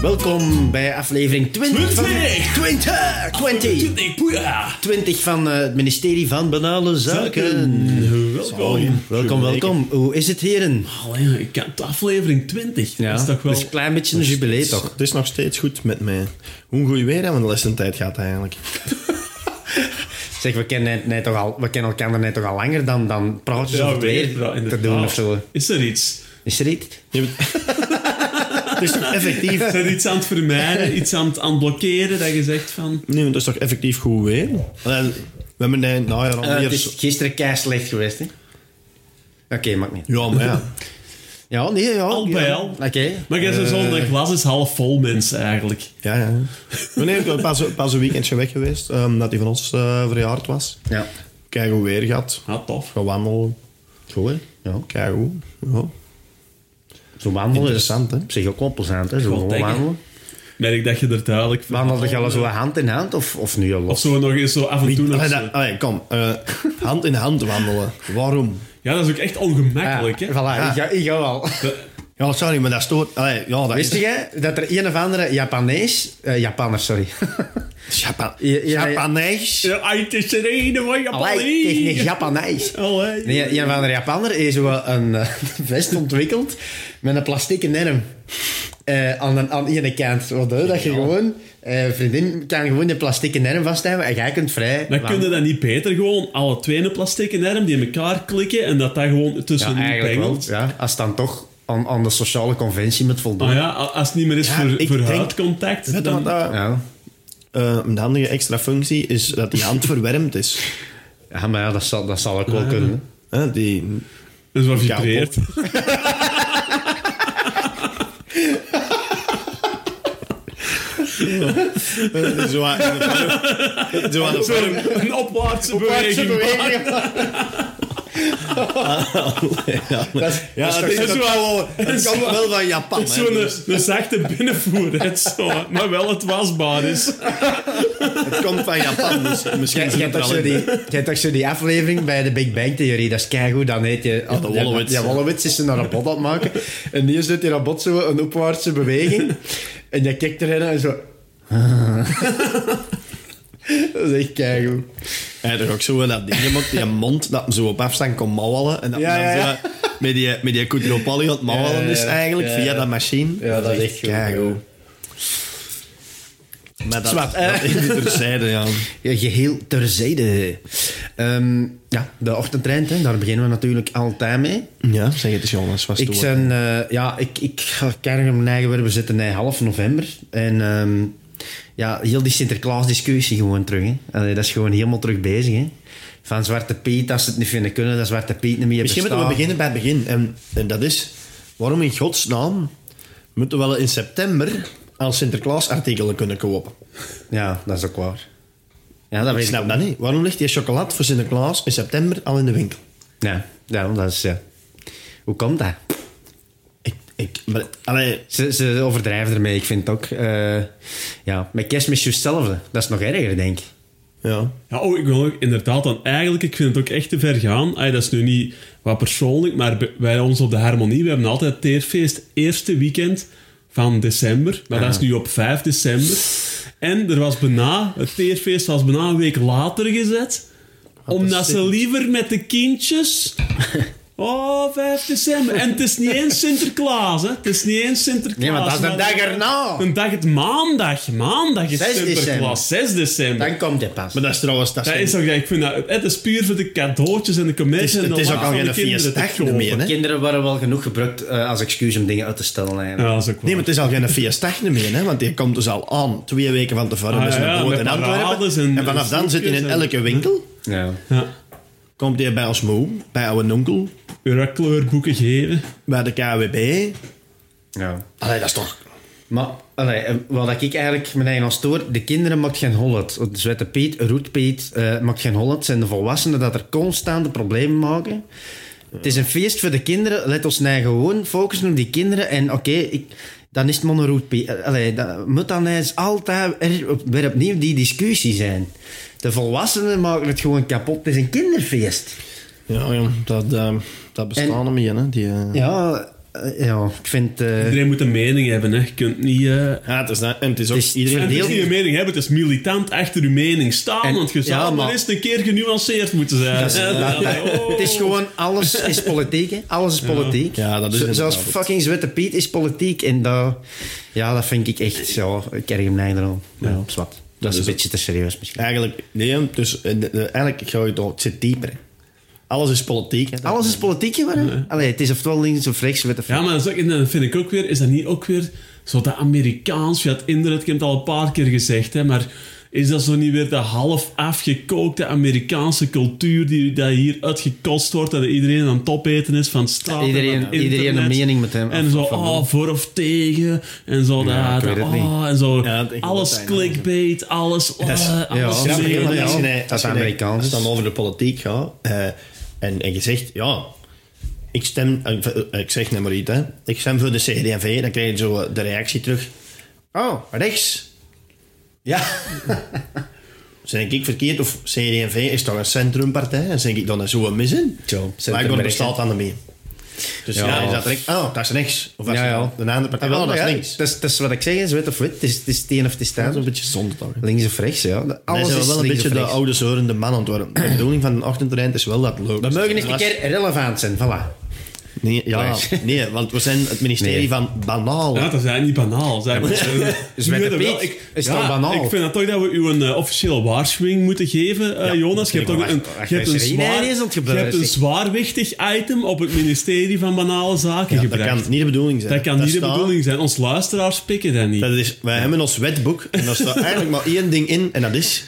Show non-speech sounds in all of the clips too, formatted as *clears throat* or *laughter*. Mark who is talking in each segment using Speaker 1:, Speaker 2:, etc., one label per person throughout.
Speaker 1: Welkom bij aflevering 20 van...
Speaker 2: 20!
Speaker 1: 20! 20!
Speaker 2: 20, poeja.
Speaker 1: 20 van eh, het ministerie van Banale Zaken.
Speaker 2: eh, Welkom.
Speaker 1: Welkom, welkom. Hoe is het, heren?
Speaker 2: Allee, ik kan de aflevering 20. Dat is toch wel...
Speaker 1: Dat is een klein beetje een jubilee, toch?
Speaker 3: Het is nog steeds goed met mij. Hoe een goeie weer hebben we de laatste tijd gehad eigenlijk.
Speaker 1: Zeg, we kennen, net toch al, we kennen elkaar net toch al langer dan, dan praatjes over het weer
Speaker 2: bra-
Speaker 1: te
Speaker 2: inderdaad.
Speaker 1: doen of zo.
Speaker 2: Is er iets?
Speaker 1: Is er
Speaker 2: *laughs*
Speaker 1: iets? *laughs*
Speaker 3: Je hebt- het is toch effectief...
Speaker 2: Is er iets aan het
Speaker 1: *laughs*
Speaker 2: vermijden? Iets aan het, aan het blokkeren dat je zegt van...
Speaker 3: Nee, maar het is toch effectief goed weer? Allee, We hebben de najaar al
Speaker 1: Eh,
Speaker 3: weer...
Speaker 1: het is gisteren kei slecht geweest, hè? Oké, maakt niet.
Speaker 3: Ja, maar ja.
Speaker 1: Ja, nee, ja.
Speaker 2: Al bij
Speaker 1: ja.
Speaker 2: al.
Speaker 1: Oké.
Speaker 2: Maar jij zegt zo,
Speaker 3: Eh.
Speaker 2: de glas is half vol mensen eigenlijk.
Speaker 3: ja, ja. Maar nee, ik ben pas, pas een weekendje weg geweest, ehm, dat hij van ons eh, verjaard was.
Speaker 1: Ja.
Speaker 3: Kijk hoe weer gehad.
Speaker 2: Ah, tof.
Speaker 3: Gewandel.
Speaker 1: Goed, hè? Ja.
Speaker 3: Kijk hoe. Ja.
Speaker 1: Zo wandelen is
Speaker 3: Interessant, hè?
Speaker 1: op zich ook wel plezant, hè? Zo
Speaker 2: Wel
Speaker 1: gewoon
Speaker 2: denken.
Speaker 1: wandelen.
Speaker 2: Merk dat je er duidelijk van...
Speaker 1: Wandelde je al zo hand in hand of, of nu al
Speaker 2: Of
Speaker 1: los?
Speaker 2: zo nog eens zo af en toe nog
Speaker 1: Ah,
Speaker 3: Allee,
Speaker 2: zo.
Speaker 3: dat- allee, kom. eh, hand in hand wandelen. Waarom?
Speaker 2: Ja, dat is ook echt ongemakkelijk,
Speaker 1: Ja,
Speaker 2: hè?
Speaker 1: voilà, ik, ga, ik ga wel.
Speaker 3: Ja, sorry, maar dat stoort... Allee, ja, dat
Speaker 1: Wist
Speaker 3: is...
Speaker 1: jij dat er een of andere Japanees... eh Japanner, sorry. *laughs*
Speaker 3: Japa-
Speaker 1: Ja, ja, ja.
Speaker 3: Japanees.
Speaker 2: Ja, ai, het is er een van
Speaker 1: Allee, het is niet
Speaker 2: Japan.
Speaker 1: Japanees.
Speaker 2: Allee.
Speaker 1: Nee, een of andere Japaner heeft zo een eh, *laughs* vest ontwikkeld met een plastieke nerm. Eh, aan, de, aan de ene kant. Wat doe je? dat je gewoon... eh, vriendin kan gewoon de plastieke nerm vasthouden en jij kunt vrij...
Speaker 2: Dan
Speaker 1: wandelen.
Speaker 2: kun je dat niet beter gewoon alle twee een plastieke arm die in elkaar klikken en dat dat gewoon
Speaker 1: Ja,
Speaker 2: tussenin
Speaker 1: eigenlijk wel.
Speaker 2: pengelt.
Speaker 1: Ja, als het dan toch aan, aan de sociale conventie moet voldoen.
Speaker 2: Ah ja, a- als het niet meer is
Speaker 3: Ja,
Speaker 2: voor,
Speaker 3: ik
Speaker 2: voor
Speaker 3: denk-
Speaker 2: huidcontact,
Speaker 3: Weet je
Speaker 2: dan...
Speaker 3: wat dat-
Speaker 1: Ja.
Speaker 3: Eh, een handige extra functie is dat die hand verwarmd is.
Speaker 1: Ja, maar ja, dat zal, dat zal ook wel kunnen. *laughs* hè.
Speaker 3: Hè, die,
Speaker 2: Dat is wat vibreert. *laughs*
Speaker 3: eh, zo aan, zo aan
Speaker 2: Zo een, een opwaartse beweging.
Speaker 3: *laughs*
Speaker 1: Dat is- dat
Speaker 3: ja, het
Speaker 1: is
Speaker 3: is
Speaker 1: toch-
Speaker 3: zo wel, het
Speaker 2: zo-
Speaker 3: kan wel van Japan. hè,
Speaker 1: Oh,
Speaker 2: *laughs* Zo'n
Speaker 3: dus
Speaker 2: een zachte binnenvoer, hè, zo, maar wel het wasbaar is.
Speaker 3: het komt van Japan,
Speaker 1: *laughs*
Speaker 3: dus misschien
Speaker 1: Jij jij
Speaker 3: zit het
Speaker 1: hebt toch
Speaker 3: wel
Speaker 1: zo
Speaker 3: in.
Speaker 1: die- jij hebt toch zo die aflevering bij de Big Bang Theorie, dat is keigoed, dan heet je... Ja,
Speaker 3: de Wolowitz.
Speaker 1: Ja, Wolowitz is een robot aan het maken. En die doet die robot zo een opwaartse
Speaker 3: *laughs*
Speaker 1: beweging. En je kijkt erin en zo... *laughs* dat is echt keigoed.
Speaker 3: Hij had toch ook zo wel dat ding gemaakt, die mond, dat hem zo op afstand kon mouwelen. En dat
Speaker 1: Ja,
Speaker 3: hem dan
Speaker 1: ja, ja.
Speaker 3: zo met die, met die Kutropalli aan het mouwelen
Speaker 1: Ja, ja,
Speaker 3: is
Speaker 1: ja.
Speaker 3: eigenlijk,
Speaker 1: Ja,
Speaker 3: via
Speaker 1: ja.
Speaker 3: dat machine.
Speaker 1: Ja, dat is echt goed.
Speaker 3: keigoed. Maar dat,
Speaker 1: Zwart,
Speaker 3: dat
Speaker 1: hè?
Speaker 3: is niet terzijde, ja.
Speaker 1: Ja, geheel terzijde. Ehm, ja, de ochtendtrein, hè, daar beginnen we natuurlijk altijd mee.
Speaker 3: Ja, zeg het eens Jonas, was
Speaker 1: Ik
Speaker 3: het
Speaker 1: zijn, eh, ja, ik, ik ga kijken om mijn eigen werk. We zitten in half november. En ehm, ja, heel die Sinterklaas-discussie gewoon terug. Hè. Allee, dat is gewoon helemaal terug bezig. Hè. Van Zwarte Piet, als ze het niet vinden kunnen, dat Zwarte Piet niet meer
Speaker 3: Misschien
Speaker 1: bestaat.
Speaker 3: moeten we beginnen bij het begin. En, en dat is, waarom in godsnaam moeten we wel in september aan Sinterklaas artikelen kunnen kopen?
Speaker 1: Ja, dat is ook waar. Ja, dat
Speaker 3: Ik
Speaker 1: weet ik.
Speaker 3: snap dat niet. Waarom ligt die chocolade voor Sinterklaas in september al in de winkel?
Speaker 1: Ja, ja, dat is... ja. Hoe komt dat?
Speaker 3: Ik, ik, maar, allee,
Speaker 1: Ze, ze overdrijven ermee, ik vind het ook. eh, ja, met kerstmis juist hetzelfde. Dat is nog erger, denk ik.
Speaker 3: ja.
Speaker 2: Ja, oh, ik wil ook inderdaad dan eigenlijk, ik vind het ook echt te ver gaan. Ay, dat is nu niet wat persoonlijk, maar bij- bij ons op de Harmonie, we hebben altijd het teerfeest eerste weekend van december. Maar
Speaker 1: Ah.
Speaker 2: dat is nu op 5 december. En er was bijna, het teerfeest was bijna een week later gezet. omdat ze liever met de kindjes...
Speaker 1: *laughs*
Speaker 2: Oh, 5 december. En het is niet eens Sinterklaas, hè. Het is niet eens Sinterklaas.
Speaker 1: Nee, maar dat is een
Speaker 2: maar-
Speaker 1: dag erna.
Speaker 2: Een dag, het maandag. Maandag is
Speaker 1: 6 december.
Speaker 2: Sinterklaas. 6 december.
Speaker 1: Dan komt het pas.
Speaker 3: Maar dat is trouwens... Dat is
Speaker 2: Dat is toch, ik vind dat, het is puur voor de cadeautjes en de
Speaker 3: het is,
Speaker 2: commercie. en
Speaker 3: het
Speaker 2: de
Speaker 3: is ook
Speaker 2: lach
Speaker 3: al
Speaker 2: van de
Speaker 3: geen
Speaker 2: kinderen te
Speaker 3: feestdag
Speaker 2: kopen.
Speaker 3: meer, hè?
Speaker 1: Kinderen worden wel genoeg gebruikt eh, als excuus om dingen uit te stellen.
Speaker 2: Ja,
Speaker 1: eigenlijk.
Speaker 2: dat is ook
Speaker 3: Nee,
Speaker 2: waar.
Speaker 3: maar het is al geen feestdag meer, hè? Want die komt dus al aan twee weken van tevoren
Speaker 2: Ah,
Speaker 3: met
Speaker 2: ja,
Speaker 3: zijn boot
Speaker 2: met
Speaker 3: in
Speaker 2: parades
Speaker 3: Antwerpen.
Speaker 2: en-
Speaker 3: En, vanaf dan zit hij in
Speaker 2: en-
Speaker 3: elke winkel.
Speaker 1: Ja.
Speaker 2: ja.
Speaker 3: Komt hij bij ons moe, bij oude onkel,
Speaker 2: Weer wat kleurboeken geven.
Speaker 3: bij de KWB.
Speaker 1: ja.
Speaker 3: Allee, dat is toch...
Speaker 1: Maar allee, eh, wat ik eigenlijk mijn eigen al stoor, de kinderen maakt geen hol uit. De Zwette Piet, Roet Piet eh, maakt geen hol uit. Het zijn de volwassenen dat er constante problemen maken. Het is een feest voor de kinderen. Let ons nou gewoon focussen op die kinderen. En oké, ik- dan is het maar een Roet Piet. Eh, Allee, dat moet dan eens altijd er, op- weer opnieuw die discussie zijn. De volwassenen maken het gewoon kapot. Het is een kinderfeest.
Speaker 3: Ja, ja dat, ehm, dat bestaan
Speaker 1: En-
Speaker 3: er mee, hè. Die, eh,
Speaker 1: Ja, eh, ja, ik vind... eh,
Speaker 2: Iedereen moet een mening hebben, hè. Je kunt niet... eh,
Speaker 3: Ja, het is, na- en het is ook
Speaker 1: Het is
Speaker 3: iedereen...
Speaker 2: Het is
Speaker 1: verdeeld.
Speaker 2: niet een mening hebben, het is militant achter uw mening staan.
Speaker 1: En-
Speaker 2: want je zou
Speaker 1: ja,
Speaker 2: maar
Speaker 1: maar-
Speaker 2: eens een keer genuanceerd moeten zijn.
Speaker 1: Dat is-
Speaker 2: Eh,
Speaker 1: dat-
Speaker 2: allee,
Speaker 3: *laughs*
Speaker 2: oh.
Speaker 1: Het is gewoon, alles is politiek, hè. Alles is politiek.
Speaker 3: Ja, dat is
Speaker 1: Zo-
Speaker 3: inderdaad
Speaker 1: Zelfs
Speaker 3: het.
Speaker 1: fucking Zwette Piet is politiek. En dat, ja, dat vind ik echt, ja, ik erg hem neider aan. Maar
Speaker 2: Ja.
Speaker 1: ja, zwart. Dat is
Speaker 3: Dus
Speaker 1: een beetje te serieus misschien.
Speaker 3: Eigenlijk, nee, dus, eh, de- de- eigenlijk ga je het al- het zit dieper. hè. Alles is politiek. hè.
Speaker 1: Alles is politiek geworden. Allee, het is ofwel links of rechts, weet of
Speaker 2: Ja, maar dat, is ook- en dan vind ik ook weer, is dat niet ook weer zo dat Amerikaans? Ja, het internet, ik heb het al een paar keer gezegd, hè, maar is dat zo niet weer de half afgekookte Amerikaanse cultuur die dat hier uitgekost wordt, dat iedereen aan het opeten is van straat? en
Speaker 1: Iedereen-
Speaker 2: van internet?
Speaker 1: iedereen een mening met hem.
Speaker 2: En
Speaker 1: Of-
Speaker 2: zo,
Speaker 1: of-
Speaker 2: oh, voor of tegen, en zo
Speaker 1: Ja,
Speaker 2: dat,
Speaker 1: ik weet het
Speaker 2: ah,
Speaker 1: niet.
Speaker 2: en zo,
Speaker 3: Ja, dat denk ik
Speaker 2: alles
Speaker 3: dat hij-
Speaker 2: clickbait, alles, eh, alles
Speaker 1: ja,
Speaker 2: mee.
Speaker 1: ja,
Speaker 3: maar
Speaker 1: ja.
Speaker 3: als je-
Speaker 1: dat is
Speaker 3: als je-
Speaker 1: Amerikaans.
Speaker 3: Als het dan over de politiek gaat eh, en, en je zegt, ja, ik stem, eh, eh, ik zeg nummer iets, hè, ik stem voor de CD&V, dan krijg je zo eh, de reactie terug. Oh, rechts. Ja. Zeg ik verkeerd of CD&V is toch een centrumpartij? Dan zeg ik dan is zo een mis in.
Speaker 1: Zo,
Speaker 3: maar
Speaker 1: centrumrecht,
Speaker 3: ik bestaat aan de mee. Dus ja,
Speaker 1: Ja.
Speaker 3: is dat rechts? Oh, dat is rechts. Of dat
Speaker 1: Ja,
Speaker 3: is
Speaker 1: ja.
Speaker 3: de andere partij.
Speaker 1: Ah,
Speaker 3: Oh,
Speaker 1: wel,
Speaker 3: dat is
Speaker 1: ja,
Speaker 3: links.
Speaker 1: Dat is, dat is wat ik zeg, is wit of wit. Het is, het is het een of het is het
Speaker 3: Dat is
Speaker 1: ander.
Speaker 3: een beetje zonde toch? hè?
Speaker 1: Links of rechts, ja. Alles
Speaker 3: Alles zijn
Speaker 1: is
Speaker 3: we wel een
Speaker 1: links
Speaker 3: beetje
Speaker 1: of
Speaker 3: de
Speaker 1: rechts.
Speaker 3: oude zorende man aan het worden. De bedoeling van een ochtendrijd is wel dat leuk.
Speaker 1: We mogen eens een keer relevant zijn, voilà.
Speaker 3: Nee, ja,
Speaker 1: Nee.
Speaker 3: *laughs* nee, want we zijn het ministerie
Speaker 1: Nee. Ah,
Speaker 3: van banaal.
Speaker 2: Ja, dat is eigenlijk niet banaal. Zeg *laughs* maar.
Speaker 1: Dus met
Speaker 2: Nu
Speaker 1: de
Speaker 2: dat wel,
Speaker 1: Piet is het al banaal?
Speaker 2: Ik vind dat toch dat we u een eh, officiële waarschuwing moeten geven, eh, Jonas. Je hebt
Speaker 1: maar
Speaker 2: toch een,
Speaker 1: wacht, wacht,
Speaker 2: je hebt een,
Speaker 1: is er iedereen
Speaker 2: zwaar,
Speaker 1: eens aan het
Speaker 2: je
Speaker 1: gebeuren,
Speaker 2: hebt een
Speaker 1: zeg.
Speaker 2: zwaarwichtig item op het ministerie van Banale Zaken
Speaker 3: Ja, dat
Speaker 2: gebracht.
Speaker 3: kan niet de bedoeling zijn.
Speaker 2: Dat kan niet de
Speaker 3: staat-
Speaker 2: bedoeling zijn. Ons luisteraars pikken dat niet.
Speaker 3: Dat is, wij hebben ons wetboek en daar staat eigenlijk maar één ding in en dat is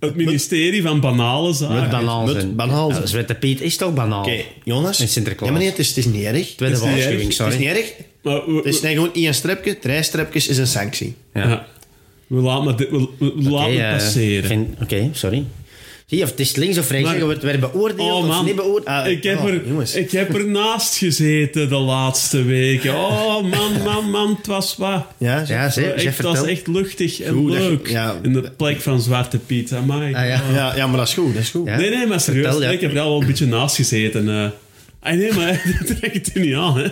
Speaker 2: het ministerie van Banale
Speaker 1: Met
Speaker 2: Zaken.
Speaker 1: banaal
Speaker 3: met
Speaker 1: zijn.
Speaker 3: banaal zijn.
Speaker 1: Ja, Zwette Piet is toch banaal?
Speaker 3: Oké, Jonas.
Speaker 1: En Sinterklaas.
Speaker 3: Ja, meneer, het is, het is niet erg.
Speaker 1: Tweede
Speaker 2: niet
Speaker 1: waarschuwing,
Speaker 2: erg.
Speaker 3: Het
Speaker 1: sorry.
Speaker 3: is niet erg.
Speaker 2: Maar we,
Speaker 3: Het is nee, gewoon één strepje. Drie strepjes is een sanctie.
Speaker 2: ja. we laten het, we, we- we laten
Speaker 1: Oké,
Speaker 2: het
Speaker 1: eh,
Speaker 2: passeren.
Speaker 1: vind- Oké, sorry. Zie je, of het is links of rechts,
Speaker 2: Maar-
Speaker 1: je wordt weer beoordeeld
Speaker 2: Oh
Speaker 1: of
Speaker 2: man,
Speaker 1: niet beoordeeld.
Speaker 3: Ah,
Speaker 2: ik, heb
Speaker 3: oh, jongens.
Speaker 2: er, ik heb ernaast gezeten de laatste weken. Oh man, man, man, het was wat. Eh,
Speaker 3: Ja, zo.
Speaker 1: Ja, zeg,
Speaker 2: Echt,
Speaker 1: zeg
Speaker 2: het was
Speaker 1: vertel.
Speaker 2: echt luchtig en
Speaker 3: Goed, dat je-
Speaker 2: leuk.
Speaker 3: ja.
Speaker 2: In de plek van Zwarte Piet, amai.
Speaker 1: Ah, ja.
Speaker 3: ja, ja, maar dat is goed. Dat is goed.
Speaker 1: Ja.
Speaker 2: Nee, nee, maar serieus,
Speaker 1: Vertel, ja.
Speaker 2: ik heb daar wel een beetje naast gezeten. eh. Ah, nee, maar *laughs* dat trek ik u niet aan. Hè.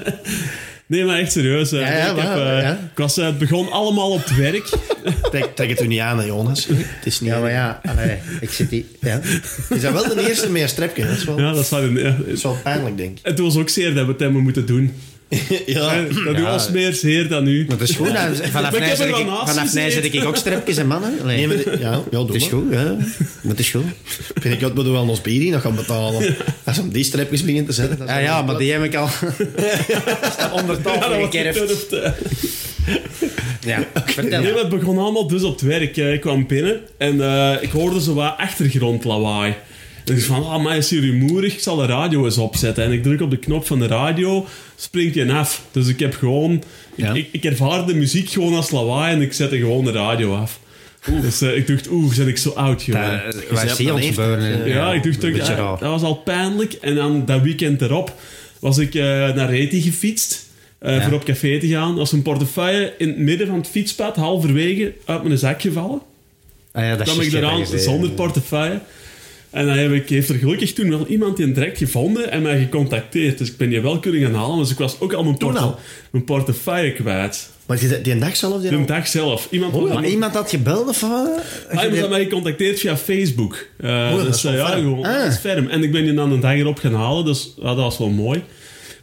Speaker 2: Nee, maar echt serieus. eh.
Speaker 3: Ja, ja,
Speaker 2: ik, heb,
Speaker 3: maar,
Speaker 2: eh,
Speaker 3: ja.
Speaker 2: ik was, eh, het begon allemaal op het werk. *laughs*
Speaker 3: Trek, trek het u niet aan, hè, Jonas. Het is niet
Speaker 1: Ja,
Speaker 3: erg.
Speaker 1: maar ja, allee, ik zit hier. Ja.
Speaker 3: Is dat wel de eerste met een strepje? Dat is wel,
Speaker 2: ja, dat is wel een- ja.
Speaker 3: dat is wel pijnlijk, denk ik.
Speaker 2: Het was ook zeer dat we het hebben moeten doen.
Speaker 3: ja.
Speaker 2: Dat doet ons meer zeer dan u.
Speaker 1: Maar dat is goed. dan-
Speaker 2: *laughs* heb
Speaker 1: Vanaf nu
Speaker 2: er
Speaker 1: zet ik,
Speaker 2: wel naast
Speaker 1: vanaf nu
Speaker 2: gezeten.
Speaker 1: zet ik ook strepjes en mannen. Allee,
Speaker 3: Nee, maar de- ja, ja, doe
Speaker 1: het is
Speaker 3: maar.
Speaker 1: goed, ja. Maar het is goed.
Speaker 3: Vind ik dat we wel ons bier hier nog gaan betalen. Als ze hem die strepjes beginnen te zetten. dat is
Speaker 1: Ja, Ah, ja, maar die heb ik
Speaker 2: *laughs*
Speaker 1: al onder
Speaker 2: Ja,
Speaker 1: tafel
Speaker 2: dat was
Speaker 1: gekerfd.
Speaker 2: gedurfd, eh.
Speaker 1: Ja, vertel.
Speaker 2: Nee, maar het begon allemaal dus op het werk. Eh, Ik kwam binnen en eh, ik hoorde zo wat achtergrondlawaai. En ik dacht van, ah, mij is hier rumoerig, ik zal de radio eens opzetten. En ik druk op de knop van de radio, springt je af. Dus ik heb gewoon...
Speaker 1: Ja.
Speaker 2: Ik, ik ervaar de muziek gewoon als lawaai en ik zette gewoon de radio af. Dus eh, ik dacht, oeh, ben ik zo oud, joh.
Speaker 1: Ja, Waar
Speaker 3: hebt
Speaker 1: Eh, zie je
Speaker 3: dat
Speaker 1: ons
Speaker 3: leeftijd,
Speaker 1: gebeuren?
Speaker 2: Ja, ik dacht
Speaker 1: een
Speaker 2: ook,
Speaker 1: beetje
Speaker 2: ja,
Speaker 1: raar.
Speaker 2: dat was al pijnlijk. En dan dat weekend erop was ik eh, naar Reti gefietst. eh, Voor op café te gaan. Als een portefeuille in het midden van het fietspad, halverwege, uit mijn zak gevallen.
Speaker 1: Ah, ja, dat is
Speaker 2: kwam ik
Speaker 1: juist, ja,
Speaker 2: eraan
Speaker 1: dat is, eh,
Speaker 2: zonder portefeuille. En dan heb ik, heeft er gelukkig toen wel iemand in direct gevonden en mij gecontacteerd. Dus ik ben je wel kunnen gaan halen, dus ik was ook al mijn, porte-
Speaker 3: al?
Speaker 2: mijn portefeuille kwijt.
Speaker 3: Maar die, die dag zelf? Die
Speaker 2: De
Speaker 3: al-
Speaker 2: dag zelf. Iemand had
Speaker 1: Oh Maar iemand had gebeld of wat?
Speaker 2: hij heeft mij gecontacteerd via Facebook. Eh, dus,
Speaker 3: Oh, wel
Speaker 2: eh, ja,
Speaker 3: Ah. ferm.
Speaker 2: gewoon, dat is ferm. En ik ben je dan een dag erop gaan halen, dus ja, dat was wel mooi.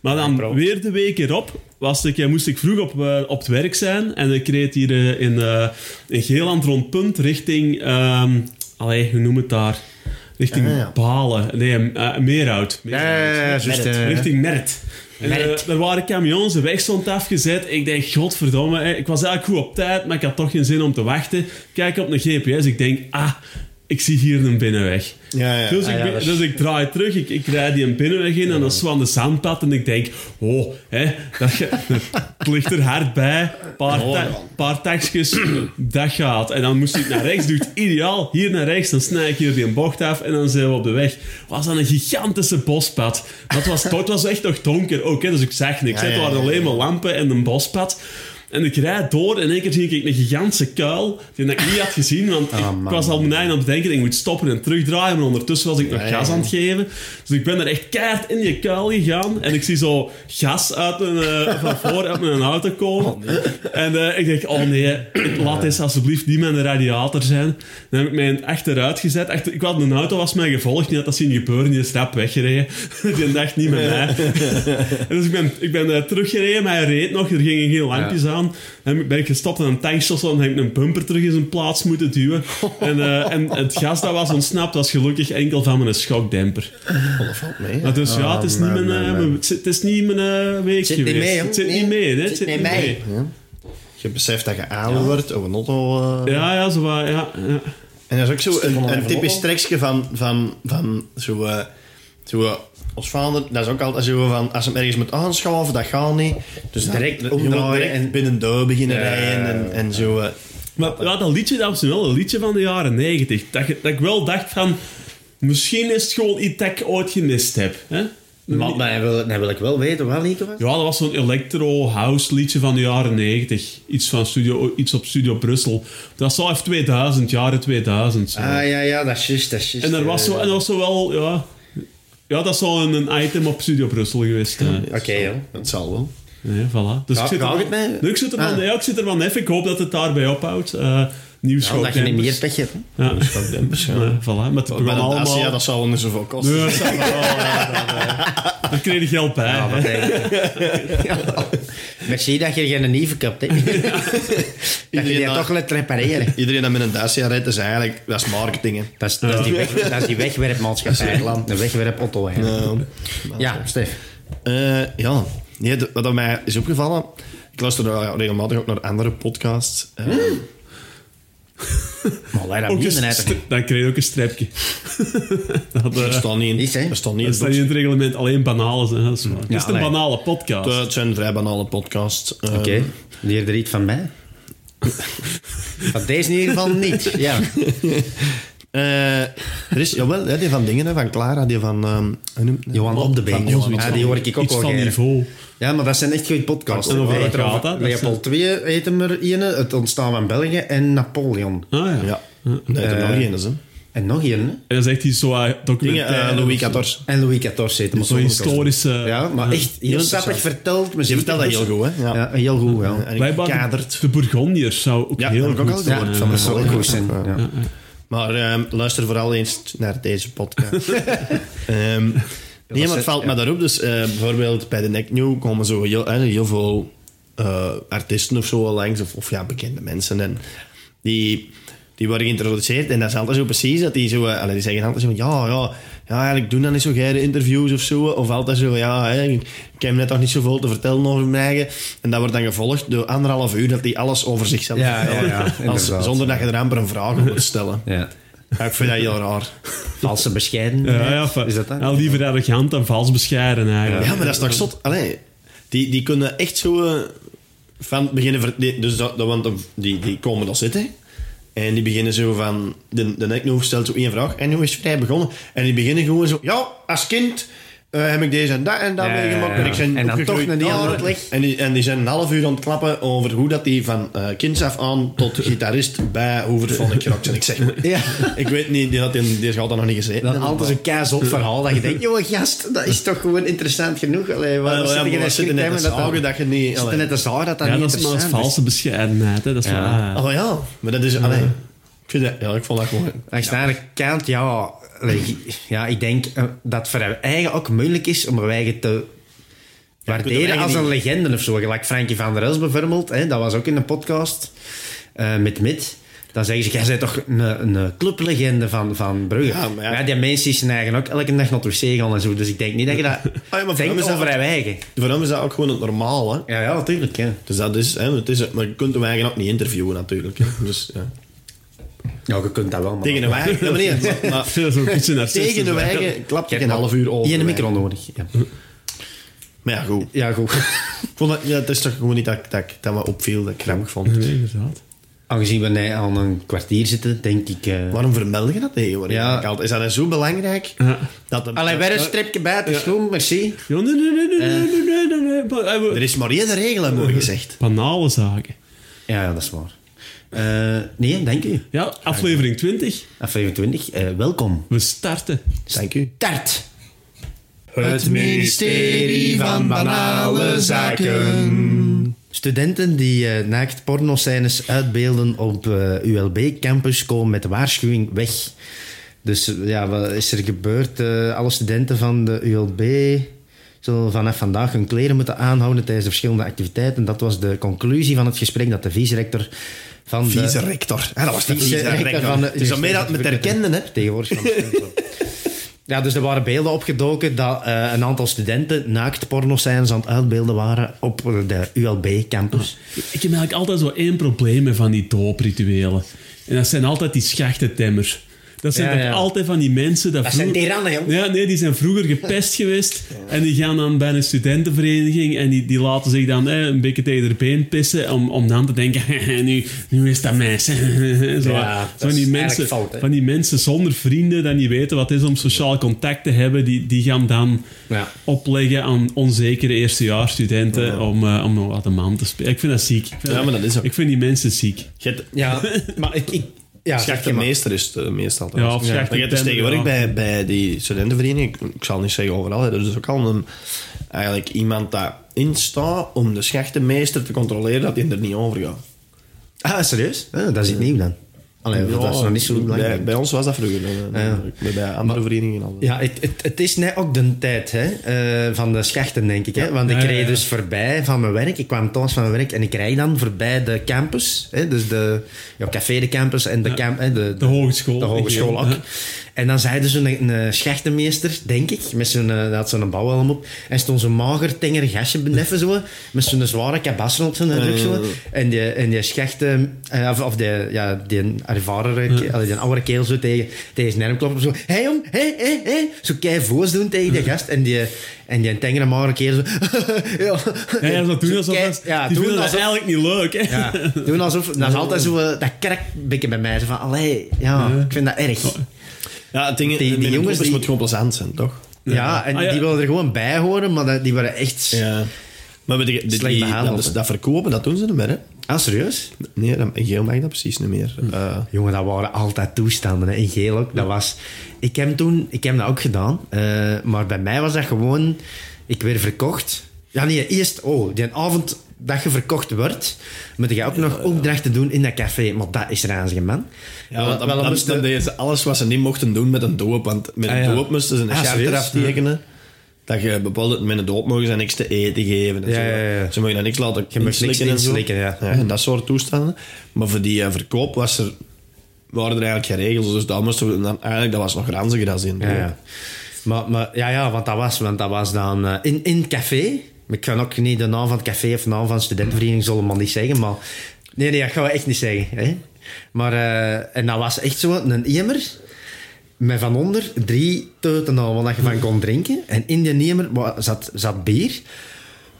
Speaker 2: Maar dan
Speaker 1: bro.
Speaker 2: weer de week erop was ik, eh, moest ik vroeg op, eh, op het werk zijn. En ik reed hier eh, in, eh in Geeland rond Punt richting... ehm allee, hoe noem het daar? Richting
Speaker 3: Ah, ja.
Speaker 2: Balen. Nee, eh, Meerhout.
Speaker 1: Ja, ja, ja, juist,
Speaker 3: Merit.
Speaker 1: eh,
Speaker 2: Richting Merit. En, eh,
Speaker 1: Merit.
Speaker 2: er waren camions, de weg stond afgezet. Ik denk, godverdomme, hè. ik was eigenlijk goed op tijd, maar ik had toch geen zin om te wachten. Ik Kijk op de GPS, ik denk, ah, ik zie hier een binnenweg.
Speaker 3: Ja, ja.
Speaker 2: Dus,
Speaker 1: Ah, ja,
Speaker 2: ik,
Speaker 1: dat is-
Speaker 2: dus ik draai terug, ik, ik rijd die een binnenweg in en dan zo aan de zandpad en ik denk, oh, hè, dat ge- *laughs* het ligt er hard bij, paar, ta- paar taxjes, *clears throat* dat gaat. En dan moest ik naar rechts, doet ideaal, hier naar rechts, dan snij ik hier die bocht af en dan zijn we op de weg. was dan een gigantische bospad. Dat was, het was echt nog donker ook, hè, dus ik zag niks.
Speaker 3: Ja,
Speaker 2: hè.
Speaker 3: ja,
Speaker 2: Het waren
Speaker 3: ja, ja.
Speaker 2: alleen maar lampen en een bospad. En ik rijd door en in één keer zie ik een gigantische kuil die ik niet had gezien, want ik
Speaker 1: man.
Speaker 2: was al mijn eind aan het denken, ik moet stoppen en terugdraaien, maar ondertussen was ik nog
Speaker 3: Ja,
Speaker 2: gas
Speaker 3: ja.
Speaker 2: aan het geven. Dus ik ben er echt keihard in die kuil gegaan en ik zie zo gas uit mijn, eh, van voor uit mijn auto komen. En eh, ik denk, oh nee, ik laat deze alsjeblieft niet mijn radiator zijn. Dan heb ik mijn achteruit gezet. Achter, ik had een auto was mij gevolgd, die had dat zien gebeuren, die is rap weggereden. *laughs* die dacht niet met mij. En dus ik ben, ik ben eh, teruggereden, maar hij reed nog, er gingen geen lampjes aan. En ben ik gestopt aan een tankstation en heb ik een bumper terug in zijn plaats moeten duwen. En, eh, en het gas dat was ontsnapt was gelukkig enkel van mijn schokdemper.
Speaker 3: Dat valt mee.
Speaker 2: Maar dus ja, het is
Speaker 3: Ah,
Speaker 1: man,
Speaker 3: Oh,
Speaker 2: niet mijn, eh,
Speaker 1: man,
Speaker 2: mijn-
Speaker 1: man.
Speaker 2: het zit- het is niet mijn eh, week
Speaker 1: Zit niet
Speaker 2: geweest.
Speaker 1: mee, hè?
Speaker 2: het zit
Speaker 1: Nee,
Speaker 2: niet mee, hè?
Speaker 1: zit
Speaker 2: Het zit
Speaker 1: niet
Speaker 2: niet
Speaker 1: mee.
Speaker 2: mee.
Speaker 3: Je beseft dat je ouder wordt, of een auto... eh,
Speaker 2: Ja, ja, zo wat, ja, ja.
Speaker 3: En dat is ook zo
Speaker 1: Stefan
Speaker 3: een, een
Speaker 1: even
Speaker 3: typisch
Speaker 1: op.
Speaker 3: trekje van, van, van zo, eh, zo eh, ons vader, dat is ook altijd zo van, als hem ergens moet aanschaven, dat gaat niet. Dus dan-
Speaker 1: Direct
Speaker 3: dan
Speaker 1: omdraaien
Speaker 3: direct
Speaker 1: en-
Speaker 3: binnen deur beginnen
Speaker 1: Ja,
Speaker 3: rijden en, en zo. eh.
Speaker 2: Maar ja, dat liedje, dat was wel een liedje van de jaren 90. Dat, je- dat ik wel dacht van, misschien is het gewoon iets dat ik ooit gemist heb. Hè?
Speaker 1: Maar, maar hij wil, dan wil ik wel weten wat Lieke was.
Speaker 2: Ja, dat was zo'n electro-house liedje van de jaren 90. Iets, van studio, iets op Studio Brussel. Dat zou even 2000, jaren 2000. zo.
Speaker 1: Ah ja, ja, dat is juist, dat is juist. eh.
Speaker 2: en er was, zo, en er was zo wel, ja... Ja, dat zou een, een item op Studio Brussel geweest zijn.
Speaker 1: Oké, joh.
Speaker 3: Dat zal wel.
Speaker 2: Nee, voilà. Dus
Speaker 1: Ga-
Speaker 2: ik zit er
Speaker 1: ga
Speaker 2: wel-
Speaker 1: ik het mee?
Speaker 2: Nee, ik zit er
Speaker 1: Ah.
Speaker 2: van, ja, ik zit er van even. Ik hoop dat het daarbij ophoudt. Eh nieuw
Speaker 1: Ja, Omdat je niet meer pech hebt. hè.
Speaker 2: Ja,
Speaker 3: Schokdempers, ja.
Speaker 2: Nee, voilà. Maar het
Speaker 3: Bij
Speaker 2: begon
Speaker 3: de
Speaker 2: allemaal...
Speaker 3: Dacia, dat zal wel niet zoveel kosten.
Speaker 2: Nee, dat is allemaal- *laughs* Daar kreeg je geld bij.
Speaker 1: Ja,
Speaker 2: hè.
Speaker 1: wat denk je? *laughs* Ja. Merci dat je geen nieuwe kapt
Speaker 2: *laughs*
Speaker 1: hebt. Dat je
Speaker 3: Iedereen
Speaker 1: die
Speaker 3: dat-
Speaker 1: toch laat repareren.
Speaker 3: Iedereen dat met een Dacia rijdt, is eigenlijk, dat is marketing. hè.
Speaker 1: Dat is, dat is, die, weg, dat is die wegwerpmaatschappij. De wegwerpotto. hè. Ja, Stef.
Speaker 3: Eh, ja, nee, d- wat aan mij is opgevallen, ik luister eh, regelmatig ook naar andere podcasts. eh,
Speaker 1: Maar laat dat
Speaker 2: Ook een
Speaker 1: niet
Speaker 2: st-
Speaker 1: uit.
Speaker 2: dan kreeg je ook een strepje. dat
Speaker 3: Er
Speaker 2: eh
Speaker 3: staat niet
Speaker 1: Iets, hè?
Speaker 3: in. Er staat niet
Speaker 2: Dus dat
Speaker 3: in.
Speaker 2: staat niet in het reglement. Alleen banale. Zijn, dat is
Speaker 3: Mm.
Speaker 2: waar. het is een
Speaker 1: allee.
Speaker 2: banale podcast.
Speaker 3: Eh, Het zijn vrij banale podcasts. eh,
Speaker 1: Oké, leer er iets van
Speaker 2: *laughs*
Speaker 1: mij. Van deze in ieder geval niet. Ja.
Speaker 3: Eh, er is, jawel, hè, die van dingen, hè, van Clara, die van... ehm, hoe noemt-
Speaker 1: Johan op de
Speaker 3: Van
Speaker 1: been.
Speaker 3: Johan op de
Speaker 1: Ja,
Speaker 3: Beek.
Speaker 1: die hoor ik ook
Speaker 2: Iets
Speaker 1: al
Speaker 2: van
Speaker 1: graag.
Speaker 2: niveau.
Speaker 1: Ja, maar dat zijn echt goede podcasts.
Speaker 2: En over
Speaker 1: We
Speaker 2: wat
Speaker 1: weten
Speaker 2: gaat
Speaker 1: over
Speaker 2: dat? Dat
Speaker 1: Leopold II eten we er ene, Het ontstaan van België en Napoleon.
Speaker 2: Ah, ja.
Speaker 3: Ja, nee, er
Speaker 1: Eh,
Speaker 3: nog geen eens, hè.
Speaker 1: En nog één, hè?
Speaker 2: En dan zegt hij zo eh,
Speaker 3: Dingen,
Speaker 2: documentaire.
Speaker 3: eh, Louis
Speaker 2: of zo.
Speaker 3: XIV.
Speaker 1: En Louis XIV eten. maar
Speaker 2: Zo'n
Speaker 1: zonder kost.
Speaker 2: historische...
Speaker 1: Ja, maar echt heel
Speaker 3: interessant.
Speaker 1: sappig verteld.
Speaker 3: Je vertelt dat heel goed, hè. Ja.
Speaker 1: Ja, heel goed, ja.
Speaker 3: En ik
Speaker 2: Blijkbaar de-
Speaker 3: kadert.
Speaker 2: De Bourgondiërs zou ook
Speaker 3: Ja,
Speaker 2: heel
Speaker 3: heb ik ook
Speaker 2: goed
Speaker 3: al
Speaker 2: zijn.
Speaker 1: Ja,
Speaker 3: gehoord
Speaker 2: eh,
Speaker 1: van de zal ook goed zijn.
Speaker 3: Ja.
Speaker 1: Ja.
Speaker 3: Maar ehm, luister vooral eens naar deze
Speaker 1: *laughs*
Speaker 3: podcast. Ehm nee, maar
Speaker 1: zet-
Speaker 3: het valt
Speaker 1: ja.
Speaker 3: me daarop. Dus eh, bijvoorbeeld bij de Neck New komen zo heel, eh, heel veel eh, artiesten of zo al langs. Of, of ja, bekende mensen. En die, die worden geïntroduceerd. En dat is altijd zo precies dat die zo... eh, allee, die zeggen altijd zo van... Ja, ja, ja eigenlijk doen dat niet zo geile interviews of zo. Of altijd zo van... Ja, hè, ik ik heb net nog niet zoveel te vertellen over mijn eigen. En dat wordt dan gevolgd door anderhalf uur dat die alles over zichzelf
Speaker 1: Ja,
Speaker 3: vertellen.
Speaker 1: ja, ja,
Speaker 3: *laughs* Als-
Speaker 1: inderdaad.
Speaker 3: zonder dat je er amper een vraag over moet stellen.
Speaker 1: Ja.
Speaker 3: Ja, ik vind dat heel raar.
Speaker 1: Valse bescheidenheid.
Speaker 2: Ja, ja, fa-
Speaker 1: is dat dat?
Speaker 2: ja, liever arrogant dan vals bescheiden eigenlijk.
Speaker 3: Ja, maar dat is toch zot? Allee, die, die kunnen echt zo eh, van beginnen... ver- die- dus dat, dat- want die, die komen dan zitten en die beginnen zo van... De, de neknoef stelt zo één vraag en hoe is het vrij begonnen? En die beginnen gewoon zo... Ja, als kind eh, heb ik deze en dat en dat
Speaker 1: Ja, ja,
Speaker 3: meegemaakt.
Speaker 1: ja,
Speaker 3: maar
Speaker 1: ja.
Speaker 3: ik ben
Speaker 1: En dan
Speaker 3: opgegroeid
Speaker 1: toch naar die
Speaker 3: daar."
Speaker 1: andere plek.
Speaker 3: En die, en die zijn een half uur aan het klappen over hoe dat die van eh kinds af aan tot gitarist bij Hoeveel van ik geraakt zijn. Ik zeg
Speaker 1: *laughs*
Speaker 3: maar,
Speaker 1: Ja.
Speaker 3: Ik weet niet, die had in deze altijd nog niet gezeten.
Speaker 1: Dan altijd een kaas op verhaal dat je denkt, joh gast, dat is toch gewoon interessant genoeg. Allee,
Speaker 3: Ja,
Speaker 1: waarom
Speaker 3: maar
Speaker 1: zit je
Speaker 3: we
Speaker 1: daar
Speaker 3: zitten
Speaker 1: schrik
Speaker 3: net
Speaker 1: bij
Speaker 3: te
Speaker 1: me dat
Speaker 3: zagen
Speaker 1: dan-
Speaker 3: dat je niet...
Speaker 1: We zitten
Speaker 3: allee.
Speaker 1: net te zagen dat dat
Speaker 2: Ja,
Speaker 1: niet
Speaker 2: dat is maar
Speaker 1: interessant
Speaker 2: een
Speaker 1: is.
Speaker 2: valse bescheidenheid. Hè. Dat is
Speaker 1: Ja.
Speaker 2: waar, ja.
Speaker 3: Oh ja, maar dat is... Allee, ik vind dat... Ja, ik vond dat gewoon...
Speaker 1: Dan is het eigenlijk kant, ja, allee, ja, ik denk eh, dat het voor haar eigen ook moeilijk is om haar eigen te
Speaker 3: kunt
Speaker 1: waarderen
Speaker 3: haar
Speaker 1: als
Speaker 3: eigen
Speaker 1: een legende of zo. Gelijk Frankie van der Els bijvoorbeeld, hè, dat was ook in een podcast eh, met Mid. Dan zeggen ze, jij bent toch een, een clublegende van, van Brugge.
Speaker 3: Ja,
Speaker 1: Ja,
Speaker 3: maar ja.
Speaker 1: die mensen zijn eigen ook elke dag naar het wc gaan en zo. Dus ik denk niet dat
Speaker 3: *laughs*
Speaker 1: je dat
Speaker 3: Oh voor hem
Speaker 1: denkt
Speaker 3: is dat-
Speaker 1: over haar eigen.
Speaker 3: Voor hem is dat ook gewoon het normaal, hè.
Speaker 1: Ja, ja, natuurlijk. Ja.
Speaker 3: Dus dat is... Hè, het is maar je kunt hem eigenlijk ook niet interviewen, natuurlijk. Hè. Dus, ja.
Speaker 1: ja, je kunt dat wel, maar...
Speaker 3: Tegen de wagen... Ja, meneer, maar, maar
Speaker 2: *laughs*
Speaker 1: *laughs*
Speaker 3: dus,
Speaker 2: Dat is ook iets in haar
Speaker 3: tegen de
Speaker 2: zuster, hè.
Speaker 3: wagen klap je
Speaker 1: hebt
Speaker 3: een
Speaker 1: nog
Speaker 3: half uur over.
Speaker 1: één
Speaker 3: de
Speaker 1: micro
Speaker 3: wagen.
Speaker 1: nodig. Ja,
Speaker 3: Maar ja, goed.
Speaker 1: ja goed.
Speaker 3: *laughs*
Speaker 1: Mhm.
Speaker 3: Ik vond dat, ja, het is toch gewoon niet dat, ik- dat, ik- dat me opviel, dat ik grappig vond.
Speaker 2: Nee, inderdaad.
Speaker 1: aangezien we net aan een kwartier zitten, denk ik... eh,
Speaker 3: Waarom vermelden je dat tegenwoordig?
Speaker 1: Ja.
Speaker 3: eigenlijk altijd? Is dat dan zo belangrijk? Dat de-
Speaker 1: Allee, weer een stripje bij, het is goed, merci.
Speaker 2: Ja, nee, nee, nee, nee,
Speaker 3: Eh.
Speaker 2: nee, nee, nee, nee, maar, eh,
Speaker 3: Er
Speaker 2: we-
Speaker 3: is maar één regel, hebben we gezegd.
Speaker 2: Banale zaken.
Speaker 1: Ja, ja, dat is waar. Eh, nee, dank u.
Speaker 2: Ja, aflevering 20.
Speaker 1: Aflevering 20, eh, welkom.
Speaker 2: We starten.
Speaker 3: Dank u.
Speaker 1: Tart!
Speaker 3: Het ministerie van Banale Zaken.
Speaker 1: Studenten die eh, naakt pornoscènes uitbeelden op eh, ULB-campus komen met de waarschuwing weg. Dus eh, ja, wat is er gebeurd? Eh, alle studenten van de ULB zullen vanaf vandaag hun kleren moeten aanhouden tijdens de verschillende activiteiten. Dat was de conclusie van het gesprek dat de vice-rector van de...
Speaker 3: Vice-rector. Ja, dat was de
Speaker 1: Vice-rector
Speaker 3: vice-rector.
Speaker 1: van de
Speaker 3: Het is al meer dat met herkenden, hè.
Speaker 1: Tegenwoordig van de
Speaker 3: *laughs*
Speaker 1: studenten. Ja, dus er waren beelden opgedoken dat eh, een aantal studenten naakt pornoscènes aan het uitbeelden waren op de ULB-campus.
Speaker 3: Ah,
Speaker 2: Ik heb eigenlijk altijd zo één probleem met van die dooprituelen. En dat zijn altijd die schachtentemmers. Dat zijn
Speaker 1: Ja,
Speaker 2: toch
Speaker 1: ja.
Speaker 2: altijd van die mensen... Dat,
Speaker 1: Dat zijn
Speaker 2: vroeg-
Speaker 1: tirannen, joh.
Speaker 2: Ja, nee, die zijn vroeger gepest geweest. En die gaan dan bij een studentenvereniging en die, die laten zich dan eh, een beetje tegen de been pissen om, om dan te denken, *laughs* nu, nu is dat meisje. *laughs* zo,
Speaker 1: Ja,
Speaker 2: zo
Speaker 1: dat is
Speaker 2: van die
Speaker 1: eigenlijk
Speaker 2: mensen,
Speaker 1: fout, hè.
Speaker 2: van die mensen zonder vrienden, dat niet weten wat het is om sociaal contact te hebben, die, die gaan dan
Speaker 1: Ja.
Speaker 2: opleggen aan onzekere eerstejaarsstudenten om, eh, om nog wat een man te spelen. Ik vind dat ziek. Ik vind,
Speaker 3: Ja, maar dat is ook-
Speaker 2: Ik vind die mensen ziek.
Speaker 3: Je hebt-
Speaker 1: Ja, *laughs* maar ik... ik ja, zeg je maar.
Speaker 3: Schachtenmeester is het eh, meestal.
Speaker 2: Ja, of
Speaker 3: Ja,
Speaker 2: schachtentemmer,
Speaker 3: maar je hebt dus tegenwoordig
Speaker 2: ja.
Speaker 3: bij, bij die studentenvereniging, ik, ik zal niet zeggen overal, hè, er is dus ook al een, eigenlijk iemand daar instaat om de schachtenmeester te controleren dat hij er niet over gaat.
Speaker 1: Ah, serieus? Ah, dat is iets nieuw dan. Allee,
Speaker 3: Ja,
Speaker 1: dat is nog niet zo belangrijk.
Speaker 3: Bij, bij ons was dat vroeger. hè. Bij, bij andere verenigingen al.
Speaker 1: Ja, het, het, het is net ook de tijd hè, eh, van de schachten, denk ik. Hè? Want ik
Speaker 2: Ja, ja,
Speaker 1: reed
Speaker 2: ja.
Speaker 1: dus voorbij van mijn werk. Ik kwam thuis van mijn werk en ik rijd dan voorbij de campus. Hè? Dus de ja, café de campus en de, camp, hè, de,
Speaker 2: De hogeschool.
Speaker 1: de hogeschool ook.
Speaker 2: Ja.
Speaker 1: En dan zei dus een, een schachtenmeester, denk ik, met zo'n, eh, hij had zo'n bouwhelm op. En stond zo'n mager, tenger gastje beneffen zo, met zo'n zware kabasser op zijn rug
Speaker 2: Eh.
Speaker 1: zo. En die, en die schachten, eh, of, of die, ja, die ervaren, allee, die oude keel zo tegen, tegen zijn arm kloppen. Zo, hé hey, jong, hé, hé, hé. Zo kei voos doen tegen die gast. En die, en die tengere magere kerel zo, *laughs* ja.
Speaker 2: Ja, ja, zo doen alsof
Speaker 1: kei-
Speaker 2: dat-
Speaker 1: ja,
Speaker 2: die
Speaker 1: doen
Speaker 2: vinden dat
Speaker 1: alsof-
Speaker 2: eigenlijk niet leuk. Hè?
Speaker 1: ja, *laughs* doen alsof, dat is altijd zo, eh, dat kerkbikken bij mij. Zo van, allee, ja, ik vind dat erg.
Speaker 3: Ja, het ding,
Speaker 1: die
Speaker 3: die,
Speaker 1: jongens
Speaker 3: jongens
Speaker 1: die-
Speaker 3: moet gewoon plezant zijn, toch?
Speaker 1: Ja, en
Speaker 2: Ah, ja.
Speaker 1: die wilden er gewoon bij horen, maar dat- die waren echt...
Speaker 3: Ja. Maar weet je, die,
Speaker 1: Slecht
Speaker 3: die-
Speaker 1: behandeld,
Speaker 3: dat,
Speaker 1: hè.
Speaker 3: dat verkopen, dat doen ze niet meer, hè?
Speaker 1: Ah, serieus? Hm.
Speaker 3: Nee, dat, geel mag dat precies niet meer. Eh,
Speaker 1: Jongen, dat waren altijd toestanden. Hè. In geel ook. Dat was... Ik heb toen... Ik heb dat ook gedaan. eh, maar bij mij was dat gewoon... Ik werd verkocht. Ja, nee. Eerst... Oh, die avond dat je verkocht wordt, moet je ook nog opdrachten doen in dat café. Maar dat is razige man.
Speaker 3: Ja, want
Speaker 1: Wel,
Speaker 3: dan, dan,
Speaker 1: we
Speaker 3: dan,
Speaker 1: moesten-
Speaker 3: deden ze alles wat ze niet mochten doen met een doop. Want met een
Speaker 1: Ah, ja.
Speaker 3: doop moesten ze een
Speaker 1: Ah,
Speaker 3: charter
Speaker 1: serieus?
Speaker 3: aftekenen. Dat je bepaalt dat met een doop mogen ze niks te eten geven. En
Speaker 1: Ja,
Speaker 3: zo.
Speaker 1: ja, ja.
Speaker 3: Ze mogen dan niks laten
Speaker 1: mag niks
Speaker 3: inslikken en zo.
Speaker 1: inslikken, ja.
Speaker 3: en dat soort toestanden. Maar voor die eh, verkoop was er, waren er eigenlijk geen regels. Dus dat, moesten we dan, eigenlijk, dat was nog ranziger dan in.
Speaker 1: Ja, ja. Maar, maar ja, ja, want dat was, want dat was dan eh, in, in het café. Maar Ik ga ook niet de naam van het café of de naam van de studentenvereniging zullen maar niet zeggen. Maar nee, nee, dat gaan we echt niet zeggen. Hè? Maar eh, en dat was echt zo een emmer met van onder drie teuten al wat je van kon drinken. En in die emmer wa- zat, zat bier.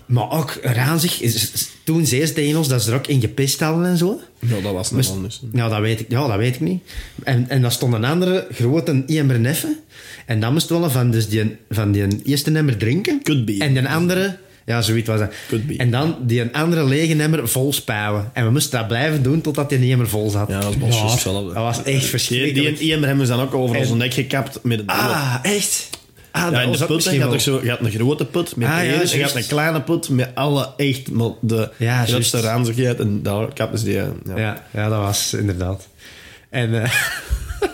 Speaker 1: Maar ook ranzig. Is- is- Toen zei ze tegen ons dat ze er ook in gepist hadden en zo.
Speaker 3: Ja, dat was nog anders.
Speaker 1: Ja, dat weet ik, ja, dat weet ik niet. En, en dan stond een andere grote emmer neffen. En dan moest wel van, dus die, van die eerste emmer drinken.
Speaker 3: Could be.
Speaker 1: En de andere... Ja, zoiets was dat.
Speaker 3: Could be.
Speaker 1: En dan die andere lege emmer vol spuwen. En we moesten dat blijven doen totdat die emmer vol zat.
Speaker 3: Ja, dat was precies
Speaker 2: Ja.
Speaker 1: Dat
Speaker 3: hetzelfde.
Speaker 1: was echt
Speaker 3: Die,
Speaker 1: verschrikkelijk.
Speaker 3: die, die hebben ze dan ook over
Speaker 1: En-
Speaker 3: onze nek gekapt met een doop.
Speaker 1: ah, echt? Ah,
Speaker 3: Ja, in
Speaker 1: was
Speaker 3: de
Speaker 1: ook
Speaker 3: put, hè, je
Speaker 1: misschien
Speaker 3: had,
Speaker 1: wel.
Speaker 3: ook zo, je had een grote put met
Speaker 1: Ah, ja,
Speaker 3: ah, en je had
Speaker 1: juist.
Speaker 3: een kleine put met alle echt maar de
Speaker 1: Ja,
Speaker 3: grootste
Speaker 1: juist.
Speaker 3: ranzigheid. En daar kapten ze die... eh, Ja.
Speaker 1: Ja, ja, dat was inderdaad. En, eh,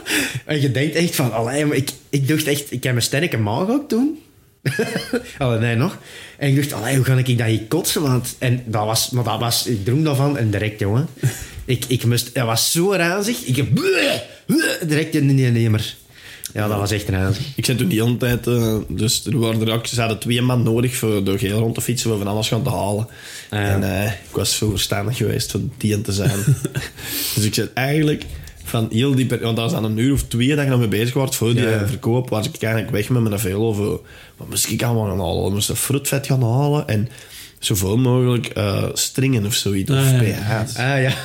Speaker 1: *laughs* en je denkt echt van, allee, maar ik, ik dacht echt, ik heb een sterke maag ook toen. *laughs* allee, nee, nog. En ik dacht, allee, hoe ga ik dat hier kotsen? Want, en dat was, maar dat was, ik droom daarvan en direct, jongen. Ik, ik moest, dat was zo ranzig. Ik heb *laughs* direct in de nemer. Ja, dat was echt ranzig.
Speaker 3: Ik zit toen die hele tijd... eh, dus er waren er ook... Ze hadden twee man nodig voor door heel rond te fietsen, voor van alles gaan te halen.
Speaker 2: Ah,
Speaker 1: ja.
Speaker 3: En eh, ik was zo verstandig geweest van die en te
Speaker 2: *laughs*
Speaker 3: zijn. dus ik zit eigenlijk... Van heel die periode, want dat was aan een uur of twee dat ik nog mee bezig was voor die eh,
Speaker 1: Ja.
Speaker 3: verkoop, was ik eigenlijk weg met mijn veel over. Wat moest ik allemaal gaan halen? We moesten fruitvet gaan halen en zoveel mogelijk eh, stringen of zoiets. of
Speaker 2: Ah, ja.
Speaker 3: pH's.
Speaker 1: Ah, ja. *laughs*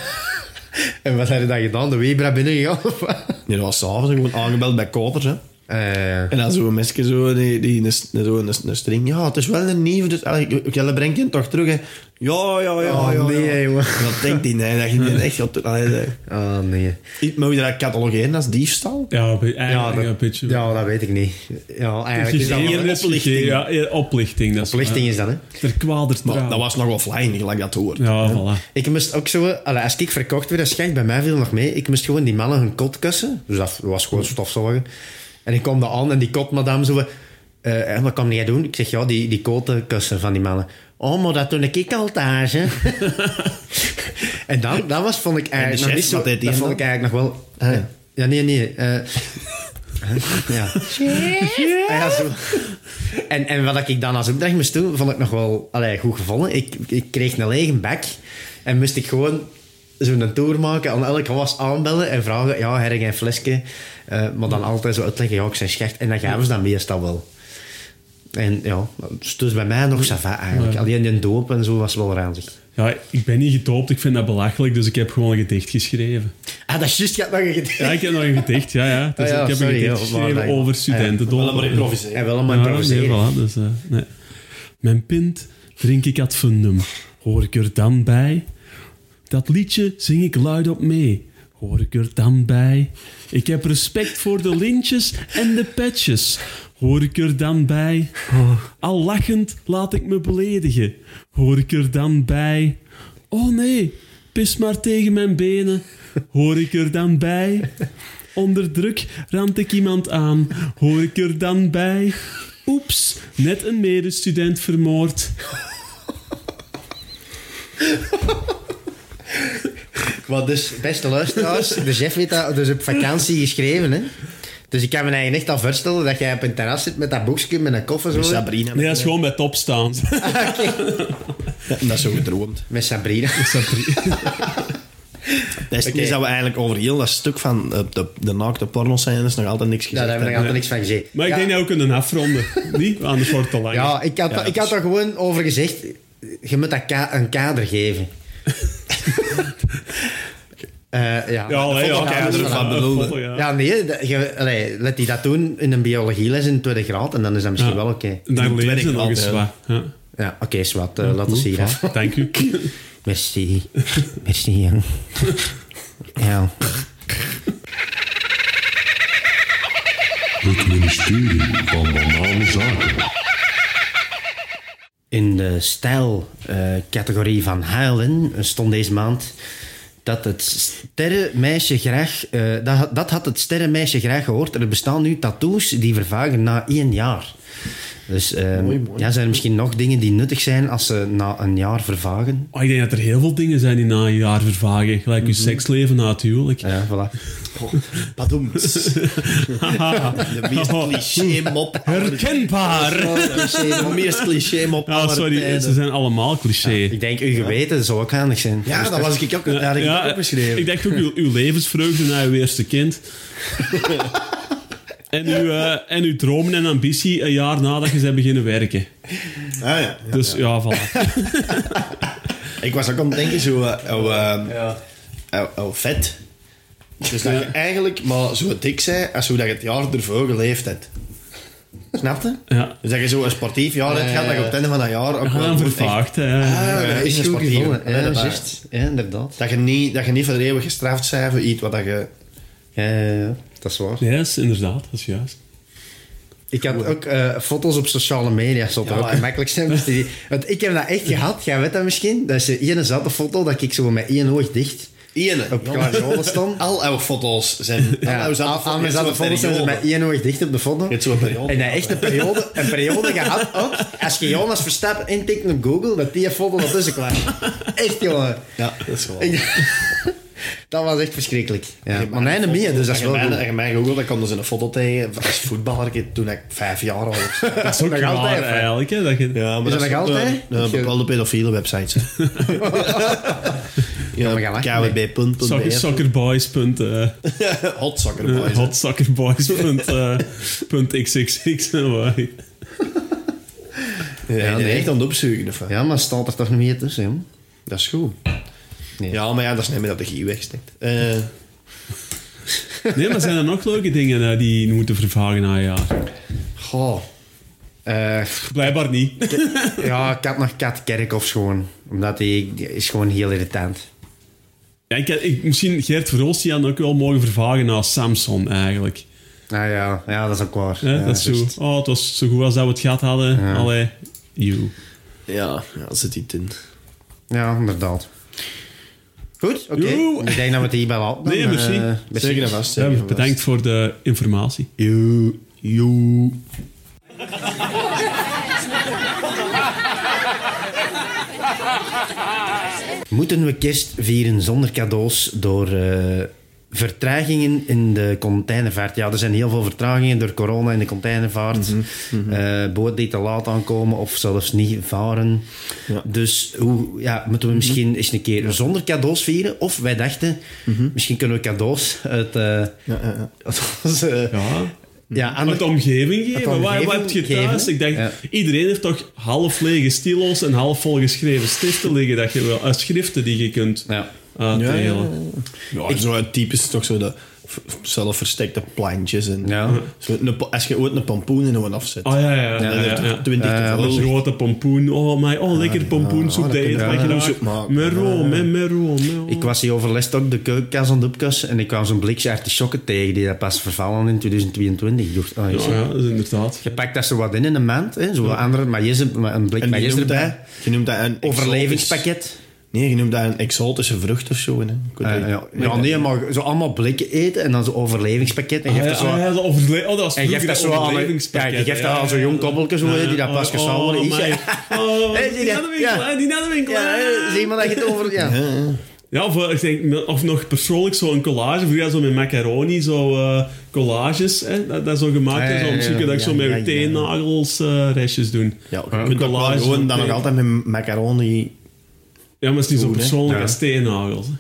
Speaker 1: En wat had je dan gedaan? De Webra binnengegaan? *laughs* of wat?
Speaker 3: Nee, dat was s'avonds gewoon aangebeld bij Koters. Hè.
Speaker 1: Eh,
Speaker 3: En dan zo'n mesje zo, die, die, een, s- zo een, een string. Ja, het is wel een nieuw, dus allee, j- jullie brengen hem toch terug, hè. Ja, ja, ja,
Speaker 1: Oh,
Speaker 3: ja.
Speaker 1: nee,
Speaker 3: ja.
Speaker 1: hè, jongen.
Speaker 3: Dat denkt hij, nee. Dat ging niet echt... op- Allee, dat-
Speaker 1: oh nee.
Speaker 3: Moet je dat catalogeren als diefstal?
Speaker 2: Ja, een be- eigenlijk
Speaker 1: dat,
Speaker 2: een beetje.
Speaker 1: ja, dat weet ik niet. Ja, eigenlijk
Speaker 2: Het
Speaker 1: is
Speaker 2: is
Speaker 1: dat wel
Speaker 2: eerder
Speaker 1: een
Speaker 2: oplichting.
Speaker 1: oplichting.
Speaker 2: Ja, eer- oplichting. Dat is
Speaker 1: Oplichting is dat, hè?
Speaker 2: Ter kwader
Speaker 3: Maar
Speaker 2: trouw.
Speaker 3: dat was nog offline, gelijk dat hoort.
Speaker 2: Ja, voilà.
Speaker 1: Ik moest ook zo... allee, als ik verkocht werd, dat schijnt bij mij veel nog mee. Ik moest gewoon die mannen hun kot kussen. Dus dat was gewoon stofzorgen. En ik kwam daar aan en die kotmadame zo... eh, wat kan jij doen? Ik zeg, ja, die, die koten kussen van die mannen. Oh, maar dat doe ik altijd, hè. *laughs* en dan, dat was, vond ik
Speaker 3: En de
Speaker 1: eigenlijk
Speaker 3: chef,
Speaker 1: nog niet zo...
Speaker 3: wat deed die
Speaker 1: Dat vond
Speaker 3: dan?
Speaker 1: ik eigenlijk nog wel... eh, ja, nee, nee. eh, *laughs* ja. Ja, zo. En, en wat ik dan als opdracht moest doen, vond ik nog wel allee, goed gevonden. Ik, ik kreeg een lege bek en moest ik gewoon zo'n tour maken, aan elke was aanbellen en vragen, ja, heb je een flesje? Eh, maar dan altijd zo uitleggen, ja, ik zijn schecht. En dan gaven ze dat meestal wel. En ja, dus bij mij nog sava eigenlijk. Alleen de doop en zo was wel ranzig.
Speaker 2: Ja, ik ben niet gedoopt. Ik vind dat belachelijk. Dus ik heb gewoon een gedicht geschreven.
Speaker 1: Ah, dat is juist, je had nog een gedicht.
Speaker 2: Ja, ik heb nog een gedicht. Ja, ja.
Speaker 1: *laughs* Ah,
Speaker 2: Dus
Speaker 1: ja,
Speaker 2: ik heb
Speaker 1: sorry,
Speaker 2: een gedicht
Speaker 1: joh, maar
Speaker 2: geschreven
Speaker 1: dat-
Speaker 2: over studentendoop.
Speaker 1: En wel allemaal
Speaker 2: Ja,
Speaker 1: improviseren.
Speaker 2: nee, voilà, dus, eh, nee. Mijn pint drink ik ad fundum. Hoor ik er dan bij? Dat liedje zing ik luid op mee. Hoor ik er dan bij? Ik heb respect voor de lintjes en de petjes. Hoor ik er dan bij? Al lachend laat ik me beledigen. Hoor ik er dan bij? Oh nee, pis maar tegen mijn benen. Hoor ik er dan bij? Onder druk rand ik iemand aan. Hoor ik er dan bij? Oeps, net een medestudent vermoord.
Speaker 1: Maar dus, beste luisteraars, de chef heeft dat dus op vakantie geschreven, hè. Dus ik kan me eigenlijk echt al voorstellen dat jij op een terras zit met dat boekje, met een koffer zo.
Speaker 3: Met Sabrina.
Speaker 2: Nee, dat is gewoon bij topstaan. *laughs*
Speaker 3: Ja, dat is zo gedroomd.
Speaker 1: Met Sabrina.
Speaker 3: Dat is
Speaker 1: Oké.
Speaker 3: is dat we eigenlijk over heel dat stuk van eh, de, de naakte porno-scènes nog altijd
Speaker 1: *laughs*
Speaker 3: niks
Speaker 1: Ja, daar
Speaker 3: gezegd
Speaker 1: hebben we nog altijd
Speaker 3: hebben.
Speaker 1: niks van gezien.
Speaker 2: Maar ik
Speaker 1: ja,
Speaker 2: denk dat we kunnen afronden. Niet? Anders wordt het te lang.
Speaker 1: ja, ik had, ik
Speaker 3: Ja, dat
Speaker 1: had
Speaker 3: is-
Speaker 1: er gewoon over gezegd, je moet dat ka- een kader geven. Eh, ja,
Speaker 2: ja, nee, ja,
Speaker 1: Vond ik
Speaker 2: ja,
Speaker 1: nou dus
Speaker 3: kader
Speaker 1: van-
Speaker 3: van bedoelde.
Speaker 2: ja.
Speaker 1: Ja, nee, dat- je- allee, let die dat doen in een biologieles in tweede graad en dan is dat misschien
Speaker 2: Ja.
Speaker 1: wel oké.
Speaker 2: Dan Mhm, leer
Speaker 3: werkt
Speaker 2: ze nog
Speaker 3: altijd,
Speaker 2: eens
Speaker 3: hè.
Speaker 2: wat. Ja.
Speaker 1: Ja, oké, zwart, eh, laat ons hier af.
Speaker 2: *laughs* Dank u.
Speaker 1: Merci. Merci, *laughs* Jan. ja.
Speaker 4: Het ministerie van Banale Zaken.
Speaker 1: In de stijlcategorie van huilen stond deze maand dat het sterrenmeisje graag... eh, dat, dat had het sterrenmeisje graag gehoord. Er bestaan nu tattoos die vervagen na één jaar. Dus eh, Ja, zijn er misschien nog dingen die nuttig zijn als ze na een jaar vervagen?
Speaker 2: Oh, ik denk dat er heel veel dingen zijn die na een jaar vervagen. Gelijk
Speaker 1: Mhm.
Speaker 2: uw seksleven na het
Speaker 1: *laughs*
Speaker 2: huwelijk.
Speaker 1: Ja, voilà.
Speaker 3: Padoems. De meest cliché-mop.
Speaker 2: Herkenbaar!
Speaker 3: De meest cliché-mop.
Speaker 2: Ah,
Speaker 3: aller
Speaker 2: sorry,
Speaker 3: tijden.
Speaker 2: ze zijn allemaal cliché.
Speaker 1: Ik denk, u geweten, dat zou ook handig zijn.
Speaker 3: Ja,
Speaker 1: Dus
Speaker 3: dat was ik ook, dat had ik ook opgeschreven.
Speaker 2: Ik dacht ook uw, uw levensvreugde na uw eerste
Speaker 3: *laughs*
Speaker 2: kind. en, uw, eh, en uw dromen en ambitie een jaar nadat je bent beginnen werken.
Speaker 3: Ah, ja.
Speaker 2: Dus ja,
Speaker 3: *laughs*
Speaker 2: voilà.
Speaker 3: Ik was ook aan het denken, zo... eh, oh, eh, oh, oh, vet. *laughs* Dus dat je eigenlijk maar zo dik zij als hoe dat je het jaar ervoor geleefd hebt. Snap je?
Speaker 2: Ja.
Speaker 3: Dus dat je zo een sportief jaar hebt gehad, dat je op het einde van dat jaar ook
Speaker 2: We gaan
Speaker 3: moet echt-
Speaker 2: vervaagd, hè.
Speaker 3: Ah,
Speaker 1: Ja,
Speaker 3: dat
Speaker 1: eh, is
Speaker 3: is een
Speaker 1: goed
Speaker 3: sportieve.
Speaker 1: gevonden.
Speaker 3: Ja,
Speaker 1: Ja,
Speaker 3: dat is
Speaker 1: juist. Ja, inderdaad.
Speaker 3: Dat je niet, dat je niet voor de eeuwig gestraft bent voor iets wat dat je...
Speaker 1: Ja, ja, ja, dat is waar.
Speaker 2: Ja, dat is inderdaad, dat is juist.
Speaker 1: Ik had ook eh, foto's op sociale media, zodat dat ook gemakkelijk zijn. om te zien. Want ik heb dat echt gehad, jij weet dat misschien. Dat is de ene zatte foto dat ik zo met één oog dicht
Speaker 3: Ene.
Speaker 1: op klaarzolen
Speaker 3: *laughs*
Speaker 1: stond.
Speaker 3: Al jouw foto's zijn...
Speaker 1: Ja,
Speaker 3: al jouw Nou, zatte
Speaker 1: aan mijn
Speaker 3: foto's
Speaker 1: zatte foto's zijn ze met één oog dicht op de foto.
Speaker 3: Je hebt zo'n periode.
Speaker 1: En dat echt een
Speaker 3: *laughs*
Speaker 1: periode, een periode gehad ook. Als je Jonas Verstappen intikt op Google, dat die foto dat is klaar. Echt, jongen.
Speaker 3: Ja, dat is gewoon...
Speaker 1: Ik- dat was echt verschrikkelijk. Ja. Maar nee, niet meer, dus dat is wel
Speaker 3: En
Speaker 1: goed.
Speaker 3: je mij gegoogeld, dan kwam dus een foto tegen van als voetballer toen ik vijf jaar oud
Speaker 1: *laughs*
Speaker 3: was.
Speaker 2: Dat is ook
Speaker 1: Nog
Speaker 2: raar,
Speaker 1: altijd, hè.
Speaker 2: eigenlijk, hè. Dat je,
Speaker 3: Ja,
Speaker 1: Is dat
Speaker 3: is
Speaker 1: nog
Speaker 3: op,
Speaker 1: altijd?
Speaker 3: eh, eh, bepaalde pedofiele
Speaker 1: *laughs*
Speaker 3: websites. hè.
Speaker 1: maar ga
Speaker 3: ja,
Speaker 1: lachen,
Speaker 2: Soc-
Speaker 3: kwb.be
Speaker 2: Soccerboys. punt, eh,
Speaker 3: Hot soccer boys. hè.
Speaker 2: hot soccerboys punt, eh, punt XXX. en wat.
Speaker 3: Ja, die
Speaker 1: nee.
Speaker 3: echt aan het opzoeken. of wat?
Speaker 1: Ja, maar staat er toch niet meer tussen, jongen.
Speaker 3: Dat is goed.
Speaker 1: Nee.
Speaker 3: Ja, maar ja, dat is niet meer dat de gie wegsteekt. Eh,
Speaker 2: Nee, maar zijn er nog leuke dingen eh, die moeten vervagen na een jaar?
Speaker 1: Goh. Eh,
Speaker 2: Blijkbaar niet.
Speaker 1: ja, ik had nog Kat Kerkhoffs gewoon. Omdat die, die is gewoon heel irritant.
Speaker 2: Ja, ik, ik, misschien Gert Verhulst die had ook wel mogen vervagen naar Samson eigenlijk.
Speaker 1: Nou ja, ja, dat is ook waar.
Speaker 2: Hè,
Speaker 1: Ja, dus-
Speaker 2: dat is zo,
Speaker 1: juist.
Speaker 2: oh, het was zo goed als dat we het gehad hadden.
Speaker 1: Ja.
Speaker 2: Allee, you.
Speaker 3: ja, ja, zit die in.
Speaker 1: Ja, inderdaad. Goed, oké.
Speaker 2: Joe.
Speaker 1: Ik denk dat we het hierbij laten.
Speaker 2: Nee,
Speaker 1: Dan,
Speaker 2: merci.
Speaker 1: eh,
Speaker 3: Zeker en vast.
Speaker 2: Ja,
Speaker 3: zeker en vast.
Speaker 2: bedankt voor de informatie.
Speaker 1: Joe. Joe. Moeten we kerst vieren zonder cadeaus door eh, vertragingen in de containervaart? Ja, er zijn heel veel vertragingen door corona in de containervaart.
Speaker 3: Mhm,
Speaker 1: Eh boot die te laat aankomen of zelfs niet varen.
Speaker 3: Ja. Mhm.
Speaker 1: Dus hoe, ja, moeten we misschien eens een keer zonder cadeaus vieren? Of wij dachten, misschien kunnen we cadeaus uit, eh,
Speaker 3: Mhm. Ja, ja,
Speaker 1: *laughs*
Speaker 3: ja.
Speaker 1: uit onze-
Speaker 2: Ja.
Speaker 1: ja, aan
Speaker 2: Uit de omgeving
Speaker 1: Uit
Speaker 2: geven.
Speaker 1: de
Speaker 2: Waar,
Speaker 1: omgeving
Speaker 2: waar heb je
Speaker 1: geven.
Speaker 2: thuis? Ik denk,
Speaker 1: Ja.
Speaker 2: iedereen heeft toch half lege stilo's en half volgeschreven stiften liggen dat je wel, eh, schriften die je kunt Ah,
Speaker 1: Ja.
Speaker 2: uitdelen.
Speaker 3: Ja, ja, ja, Ja, ik, zo typisch toch zo de v- zelfverstekte plantjes. En
Speaker 1: Ja.
Speaker 3: zo een po- als je ooit een pompoen in een afzet.
Speaker 2: Oh ja, ja, ja.
Speaker 3: dan
Speaker 2: ja,
Speaker 3: heb je
Speaker 2: ja,
Speaker 3: toch
Speaker 2: ja.
Speaker 3: twintig
Speaker 1: Eh,
Speaker 3: te
Speaker 2: Een
Speaker 3: veel.
Speaker 2: grote pompoen. Oh, my, oh lekker pompoensoep.
Speaker 3: ja,
Speaker 2: dat
Speaker 3: dat
Speaker 2: eet
Speaker 3: kun je
Speaker 2: wat je
Speaker 3: wel
Speaker 2: nou-
Speaker 3: soep maken.
Speaker 2: Met room, hè, met room. met room.
Speaker 1: Ik was hier overlast ook de keukenkast aan het opkussen en ik kwam zo'n blikje artisjokken tegen die dat pas vervallen in 2022. Ik dacht, oh,
Speaker 2: Ja,
Speaker 1: jezus.
Speaker 2: ja, dat is inderdaad.
Speaker 1: Je pakt daar zo wat in in een maand, hè, zo wat andere maïs, maar een blik
Speaker 3: En je
Speaker 1: maïs
Speaker 3: noemt, dat,
Speaker 1: erbij.
Speaker 3: je noemt dat een exotisch-
Speaker 1: Overlevingspakket.
Speaker 3: Nee, je noemt dat een exotische vrucht of zo. Hè. Ik weet
Speaker 1: Eh,
Speaker 3: niet.
Speaker 1: ja, ja, nee, maar zo allemaal blikken eten en dan zo'n overlevingspakket. En je
Speaker 2: Ah,
Speaker 1: geeft
Speaker 2: ja,
Speaker 1: er zo,
Speaker 2: ah, ja, dat overle- oh, dat was
Speaker 1: en je geeft
Speaker 2: vroeger
Speaker 1: dat zo aan, ja, je geeft dat aan zo'n jong koppeltje zo, hè, die dat pas gesalmen
Speaker 2: oh,
Speaker 1: is.
Speaker 2: my.
Speaker 1: Ja.
Speaker 2: Oh,
Speaker 1: Hey,
Speaker 2: die
Speaker 1: zie
Speaker 2: naar
Speaker 1: dat?
Speaker 2: de winkel,
Speaker 1: Ja.
Speaker 2: hè, die naar de winkel.
Speaker 1: *laughs* Ja,
Speaker 2: hè.
Speaker 1: hè, zie maar dat je het over... Ja.
Speaker 2: Ja, of, eh, ik denk, of nog persoonlijk zo'n collage. Vroeger zo met macaroni, zo eh, collages. Hè, dat, dat zo gemaakt
Speaker 1: Ja,
Speaker 2: is.
Speaker 1: ja,
Speaker 2: om
Speaker 1: ja,
Speaker 2: zoeken dat ik
Speaker 1: ja,
Speaker 2: zo met
Speaker 1: ja,
Speaker 2: mijn
Speaker 1: ja.
Speaker 2: teennagels eh, restjes doen.
Speaker 3: Ja, je
Speaker 2: Een
Speaker 3: kunt ook wel
Speaker 2: collage
Speaker 3: gewoon dan
Speaker 2: van
Speaker 3: nog
Speaker 2: teen-
Speaker 3: altijd met macaroni...
Speaker 2: Ja, maar het is niet zo
Speaker 3: Doen, hè.
Speaker 2: persoonlijk
Speaker 1: Ja.
Speaker 2: als teennagels. hè.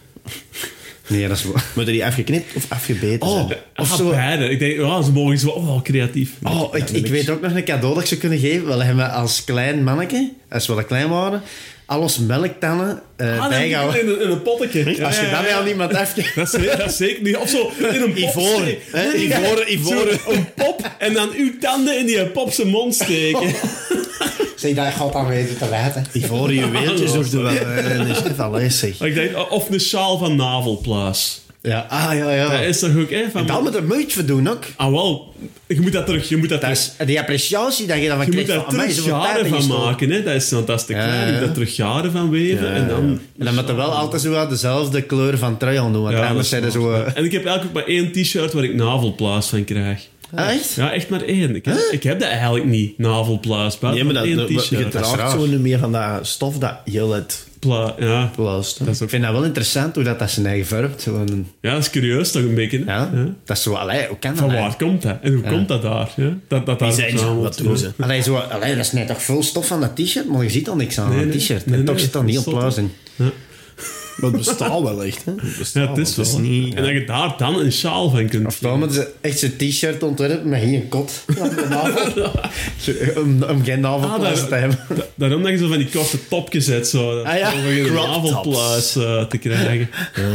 Speaker 1: Nee, dat is waar.
Speaker 3: Moeten die afgeknipt of afgebeten
Speaker 1: Oh.
Speaker 3: zijn?
Speaker 1: Of
Speaker 2: Ah,
Speaker 1: zo-
Speaker 2: beide. Ik denk, ja, ze mogen zo oh, wel creatief.
Speaker 1: Oh, ik, ik
Speaker 3: niks.
Speaker 1: weet ook nog een cadeau dat ik ze kunnen geven. We hebben als klein manneke, als we dat klein waren, al ons melktannen eh,
Speaker 2: Ah, dat in,
Speaker 1: bijgehouden.
Speaker 2: een- in een pottetje. Ja,
Speaker 1: Als je
Speaker 2: ja,
Speaker 1: dat
Speaker 2: ja.
Speaker 1: bij aan iemand afgeeft...
Speaker 2: Dat is, dat is zeker niet. Of zo, in een pop.
Speaker 3: Ivoren,
Speaker 2: steken.
Speaker 3: hè,
Speaker 2: Nee, nee,
Speaker 3: ivoren,
Speaker 2: nee.
Speaker 3: ivoren.
Speaker 2: Zo, Een pop en dan uw tanden in die pop zijn mond steken.
Speaker 1: Zeg, dat gaat aan weten te wijten.
Speaker 3: Ivoren *laughs* juweeltjes of de wel. eh, is het al eens, zeg.
Speaker 2: Maar ik denk, of een sjaal van navelplaas.
Speaker 1: Ja, ah, ja, ja.
Speaker 2: Dat is toch ook, hè? Van,
Speaker 1: Dan moet er moeite voor doen ook.
Speaker 2: ah, wel. Je moet dat terug. Je moet dat
Speaker 1: Dat
Speaker 2: terug.
Speaker 1: is die appreciatie dat je daarvan
Speaker 2: Je moet
Speaker 1: krijgt.
Speaker 2: daar
Speaker 1: van, amai,
Speaker 2: terug
Speaker 1: zoveel tijd
Speaker 2: jaren van
Speaker 1: ingestoken.
Speaker 2: maken, hè? Dat is fantastisch.
Speaker 1: Ja,
Speaker 2: Ja,
Speaker 1: ja.
Speaker 2: moet daar terug jaren van weven. en dan,
Speaker 1: En dan moet er wel altijd zo wel dezelfde kleur van trui aan doen, want
Speaker 2: Ja, dat
Speaker 1: anders
Speaker 2: is
Speaker 1: zijn er zo...
Speaker 2: waar.
Speaker 1: eh,
Speaker 2: En ik heb eigenlijk ook maar één t-shirt waar ik navelplaas van krijg.
Speaker 1: eh, Ah, Echt?
Speaker 2: Ja, echt maar één. Ik heb, ik heb dat eigenlijk niet, navelplaas. Maar,
Speaker 3: Nee, maar dat,
Speaker 2: één
Speaker 3: dat- je
Speaker 2: t-shirt.
Speaker 1: is
Speaker 3: draagt
Speaker 1: raar.
Speaker 3: zo nu meer van dat stof dat heel het
Speaker 2: Pla- ja.
Speaker 3: plaatst. hè.
Speaker 1: Ik vind dat wel interessant hoe dat, dat zijn eigen verpt. Gewoon,
Speaker 2: ja, dat is curieus toch een beetje. hè?
Speaker 1: ja, Dat is zo, allee, hoe kan dat
Speaker 2: Van
Speaker 1: nou?
Speaker 2: waar komt dat? En hoe komt dat daar? Ja? Dat, dat daar
Speaker 3: zijn ze?
Speaker 2: verzameld
Speaker 3: Wat doen
Speaker 2: wordt.
Speaker 3: ze?
Speaker 1: Allee, zo, allee, dat is net toch veel stof aan dat t-shirt, maar je ziet al niks aan
Speaker 2: Nee,
Speaker 1: dat
Speaker 2: nee.
Speaker 1: t-shirt.
Speaker 2: Nee,
Speaker 1: en toch
Speaker 2: nee,
Speaker 1: zit dat niet op
Speaker 2: dat is
Speaker 1: plaats in.
Speaker 2: Ja.
Speaker 3: Maar het bestaat wel echt, hè? Het bestaat
Speaker 2: Ja, het is wel.
Speaker 3: wel. niet...
Speaker 2: En Oh, dat je daar dan een sjaal van kunt
Speaker 1: Of dan moeten ze echt zo'n t-shirt ontwerpen met hier een
Speaker 2: *laughs*
Speaker 1: kot aan de navel. Zo, om, om geen navelplaats
Speaker 2: Ah,
Speaker 1: te hebben.
Speaker 2: *laughs* Da- daarom dat je zo van die korte topjes hebt, zo.
Speaker 1: Ah, ja.
Speaker 2: Om weer een
Speaker 1: Crop
Speaker 2: avondplaats eh, te krijgen.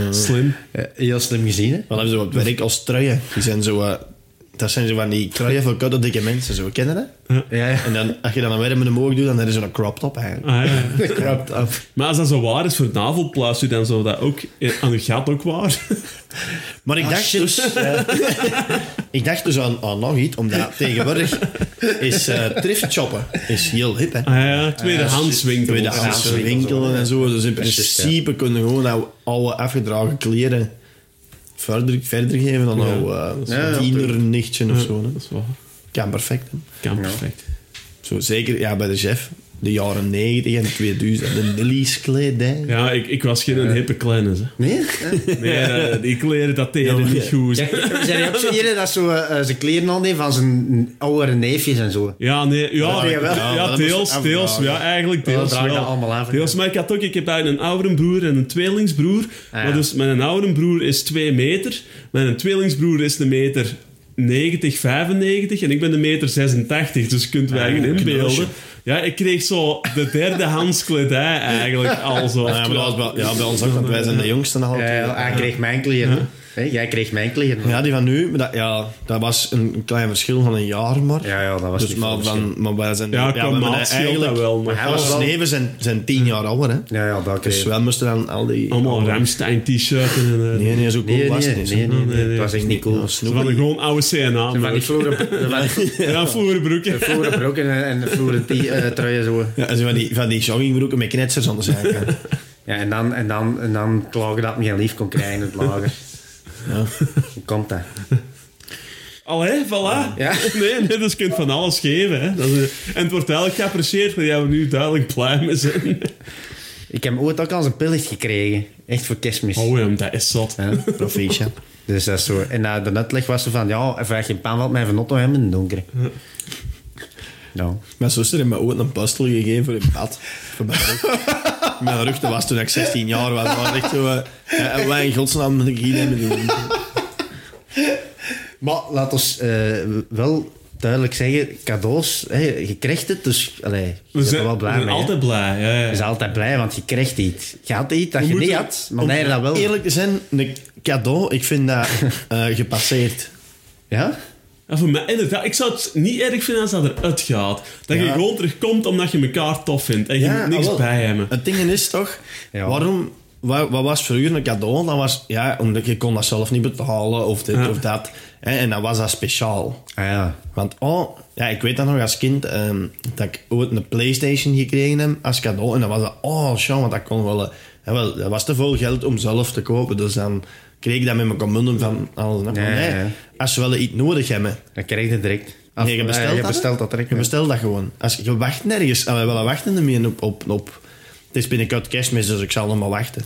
Speaker 2: *laughs* Slim.
Speaker 1: Ja, Heel slim gezien, hè?
Speaker 3: Wel hebben ze op het werk als truien. Die zijn zo... eh, dat zijn zo van die truien voor koude dikke mensen, zo. Kennen dat?
Speaker 1: Ja, ja.
Speaker 3: En dan, als je dan een werk met hem oog doet, dan is er een crop top eigenlijk.
Speaker 2: Ah, ja, ja.
Speaker 1: Cropped up.
Speaker 2: Maar als dat zo waar is voor navelplaats, dan zou dat ook eh, aan uw gat ook waar. *laughs*
Speaker 3: Maar ik
Speaker 1: Ah,
Speaker 3: dacht
Speaker 1: shit.
Speaker 3: dus... eh, *laughs* ik dacht dus aan, aan nog iets, omdat tegenwoordig is eh thrift shoppen is heel hip, hè?
Speaker 2: Ah, ja, tweedehands winkel.
Speaker 3: Tweedehands
Speaker 1: winkels,
Speaker 3: winkelen en zo. Dus in
Speaker 1: Precies, ja.
Speaker 3: principe kunnen gewoon oude, oude afgedragen kleren verder, verder geven dan
Speaker 2: Ja.
Speaker 3: nou eh
Speaker 1: Ja, ja,
Speaker 3: tienernichtje of zo. Hè.
Speaker 2: Dat is waar.
Speaker 3: Kan perfect. hè.
Speaker 2: Kan perfect.
Speaker 3: Zo, zeker ja, bij de chef. De jaren 90 en 2000. De Dilly's kledij.
Speaker 2: Ja, ik, ik was geen hippe kleine. Hè.
Speaker 1: Nee? *laughs*
Speaker 2: Nee, eh, die kleren dat deden
Speaker 3: maar-
Speaker 2: niet goed.
Speaker 1: Ja, zijn er ook zo hier dat zo eh, eh, zijn kleren aan heeft van zijn oudere neefjes en zo?
Speaker 2: Ja, nee, ja,
Speaker 1: Ja,
Speaker 2: ja,
Speaker 1: wel.
Speaker 3: Ja, dat moest
Speaker 2: deels,
Speaker 3: je
Speaker 2: deels.
Speaker 3: afvragen.
Speaker 2: Ja, eigenlijk deels
Speaker 1: draag je
Speaker 2: wel.
Speaker 1: dat allemaal af, hè?
Speaker 2: Deels, maar ik had ook, ik heb daar een oudere broer en een tweelingsbroer.
Speaker 1: Ah,
Speaker 2: Maar
Speaker 1: ja.
Speaker 2: dus mijn oudere broer is 2 meter, mijn tweelingsbroer is een meter 90, 95 en ik ben een meter 86, dus je kunt wij
Speaker 1: Ah,
Speaker 2: eigen
Speaker 1: een
Speaker 2: inbeelden
Speaker 1: knoosje.
Speaker 2: Ja, ik kreeg zo de derde handskledij eigenlijk al zo.
Speaker 3: Ah, Ja, maar dat was bij, ja, bij ons ook, want wij zijn de jongsten al.
Speaker 1: Ja, ja, hij kreeg mijn kleren. Hè, jij kreeg mijn kleren.
Speaker 3: Ja, die van nu, maar dat, ja, dat was een klein verschil van een jaar maar.
Speaker 1: Ja, ja, dat was
Speaker 3: dus
Speaker 1: niet
Speaker 3: maar,
Speaker 1: veel verschil.
Speaker 3: van, maar wij zijn...
Speaker 2: Ja,
Speaker 3: we
Speaker 2: qua
Speaker 3: hebben
Speaker 2: maat scheelt dat wel. Maar
Speaker 1: hij
Speaker 3: Hans
Speaker 1: was wel-
Speaker 3: Neven zijn, zijn tien jaar ouder, hè.
Speaker 1: Ja, ja, dat kreeg
Speaker 3: Dus wij moesten dan al die...
Speaker 2: allemaal ramstein t shirts en... eh,
Speaker 3: Nee, nee, zo cool
Speaker 1: Nee,
Speaker 3: was
Speaker 1: nee,
Speaker 3: het niet.
Speaker 1: nee, nee, nee,
Speaker 2: nee.
Speaker 1: dat was echt niet cool.
Speaker 2: Zo van de gewoon oude CNA.
Speaker 1: Van die vloeren, *laughs* van die
Speaker 2: Ja, vroeger broeken.
Speaker 1: vloeren broeken en- en de vloeren die, eh, truien zo.
Speaker 3: Ja, en zo van die, van die joggingbroeken met knetsers aan de zijkant.
Speaker 1: Ja, en dan, en dan, en dan klagen dat men geen lief kon krijgen in het lager. Hoe komt dat?
Speaker 2: Allee, voilà.
Speaker 1: Ja.
Speaker 2: *laughs* Nee, nee, dus je kunt van alles geven. Hè. Dat is- eh, en het wordt eigenlijk geapprecieerd, want jij we nu duidelijk blij mee zijn.
Speaker 1: Ik heb ooit ook al eens een pilletje gekregen. Echt voor kerstmis.
Speaker 2: Oh ja, dat is zot.
Speaker 1: Ja.
Speaker 3: *laughs* Proficiat.
Speaker 1: Dus dat is zo. En eh, de uitleg was zo van, ja, vraag je pan wat mij van Otto hem in het donker. Nou,
Speaker 3: Mijn zuster heeft me ooit een pastel gegeven voor in bad. Voor mijn rug. *laughs* mijn rug, dat was toen ik 16 jaar was. Dat was echt zo... eh, ja, en wij in godsnaam moet ik hier hebben doen?
Speaker 1: Maar laat ons eh, wel duidelijk zeggen, cadeaus, hè, je krijgt het, dus allee, je
Speaker 2: We
Speaker 1: bent er
Speaker 2: zijn,
Speaker 1: wel
Speaker 2: we
Speaker 1: blij
Speaker 2: zijn
Speaker 1: mee. hè.
Speaker 2: altijd blij. Ja, ja.
Speaker 1: Je is altijd blij, want je krijgt iets. Je had iets dat je niet
Speaker 2: moeten-
Speaker 1: had, maar nee, dat wel.
Speaker 3: Eerlijk te zijn, een cadeau, ik vind dat eh, gepasseerd.
Speaker 1: Ja?
Speaker 2: Ja, voor mij, inderdaad, ik zou het niet erg vinden als dat eruit gaat. Dat je
Speaker 3: Ja.
Speaker 2: gewoon terugkomt omdat je elkaar tof vindt. En je moet niks
Speaker 3: ah, wel.
Speaker 2: bij hebben.
Speaker 3: Het ding is toch,
Speaker 1: Ja.
Speaker 3: waarom... Wat, wat was vroeger een cadeau? Dat was, ja, omdat je kon dat zelf niet betalen of dit
Speaker 2: Ja.
Speaker 3: of dat. hè, En dan was dat speciaal.
Speaker 1: Ah ja.
Speaker 3: Want oh, ja, ik weet dat nog als kind, ehm, dat ik ooit een Playstation gekregen heb als cadeau. En dan was dat, oh, Sean, want dat kon wel, eh, ja, wel, Dat was te veel geld om zelf te kopen. Dus dan kreeg ik dat met mijn commundum van alles. hè. Maar
Speaker 1: Ja,
Speaker 3: nee,
Speaker 1: ja, ja.
Speaker 3: als ze wel iets nodig hebben,
Speaker 1: Dan krijg je het direct. Af-
Speaker 3: nee, je bestelt,
Speaker 1: ja, je
Speaker 3: dat, hè?
Speaker 1: bestelt dat direct.
Speaker 3: Je
Speaker 1: ja.
Speaker 3: bestelt dat gewoon. Als, je je wacht nergens. En we willen wachten er meer op, op, op. Het is binnenkort kerstmis, dus ik zal nog maar wachten.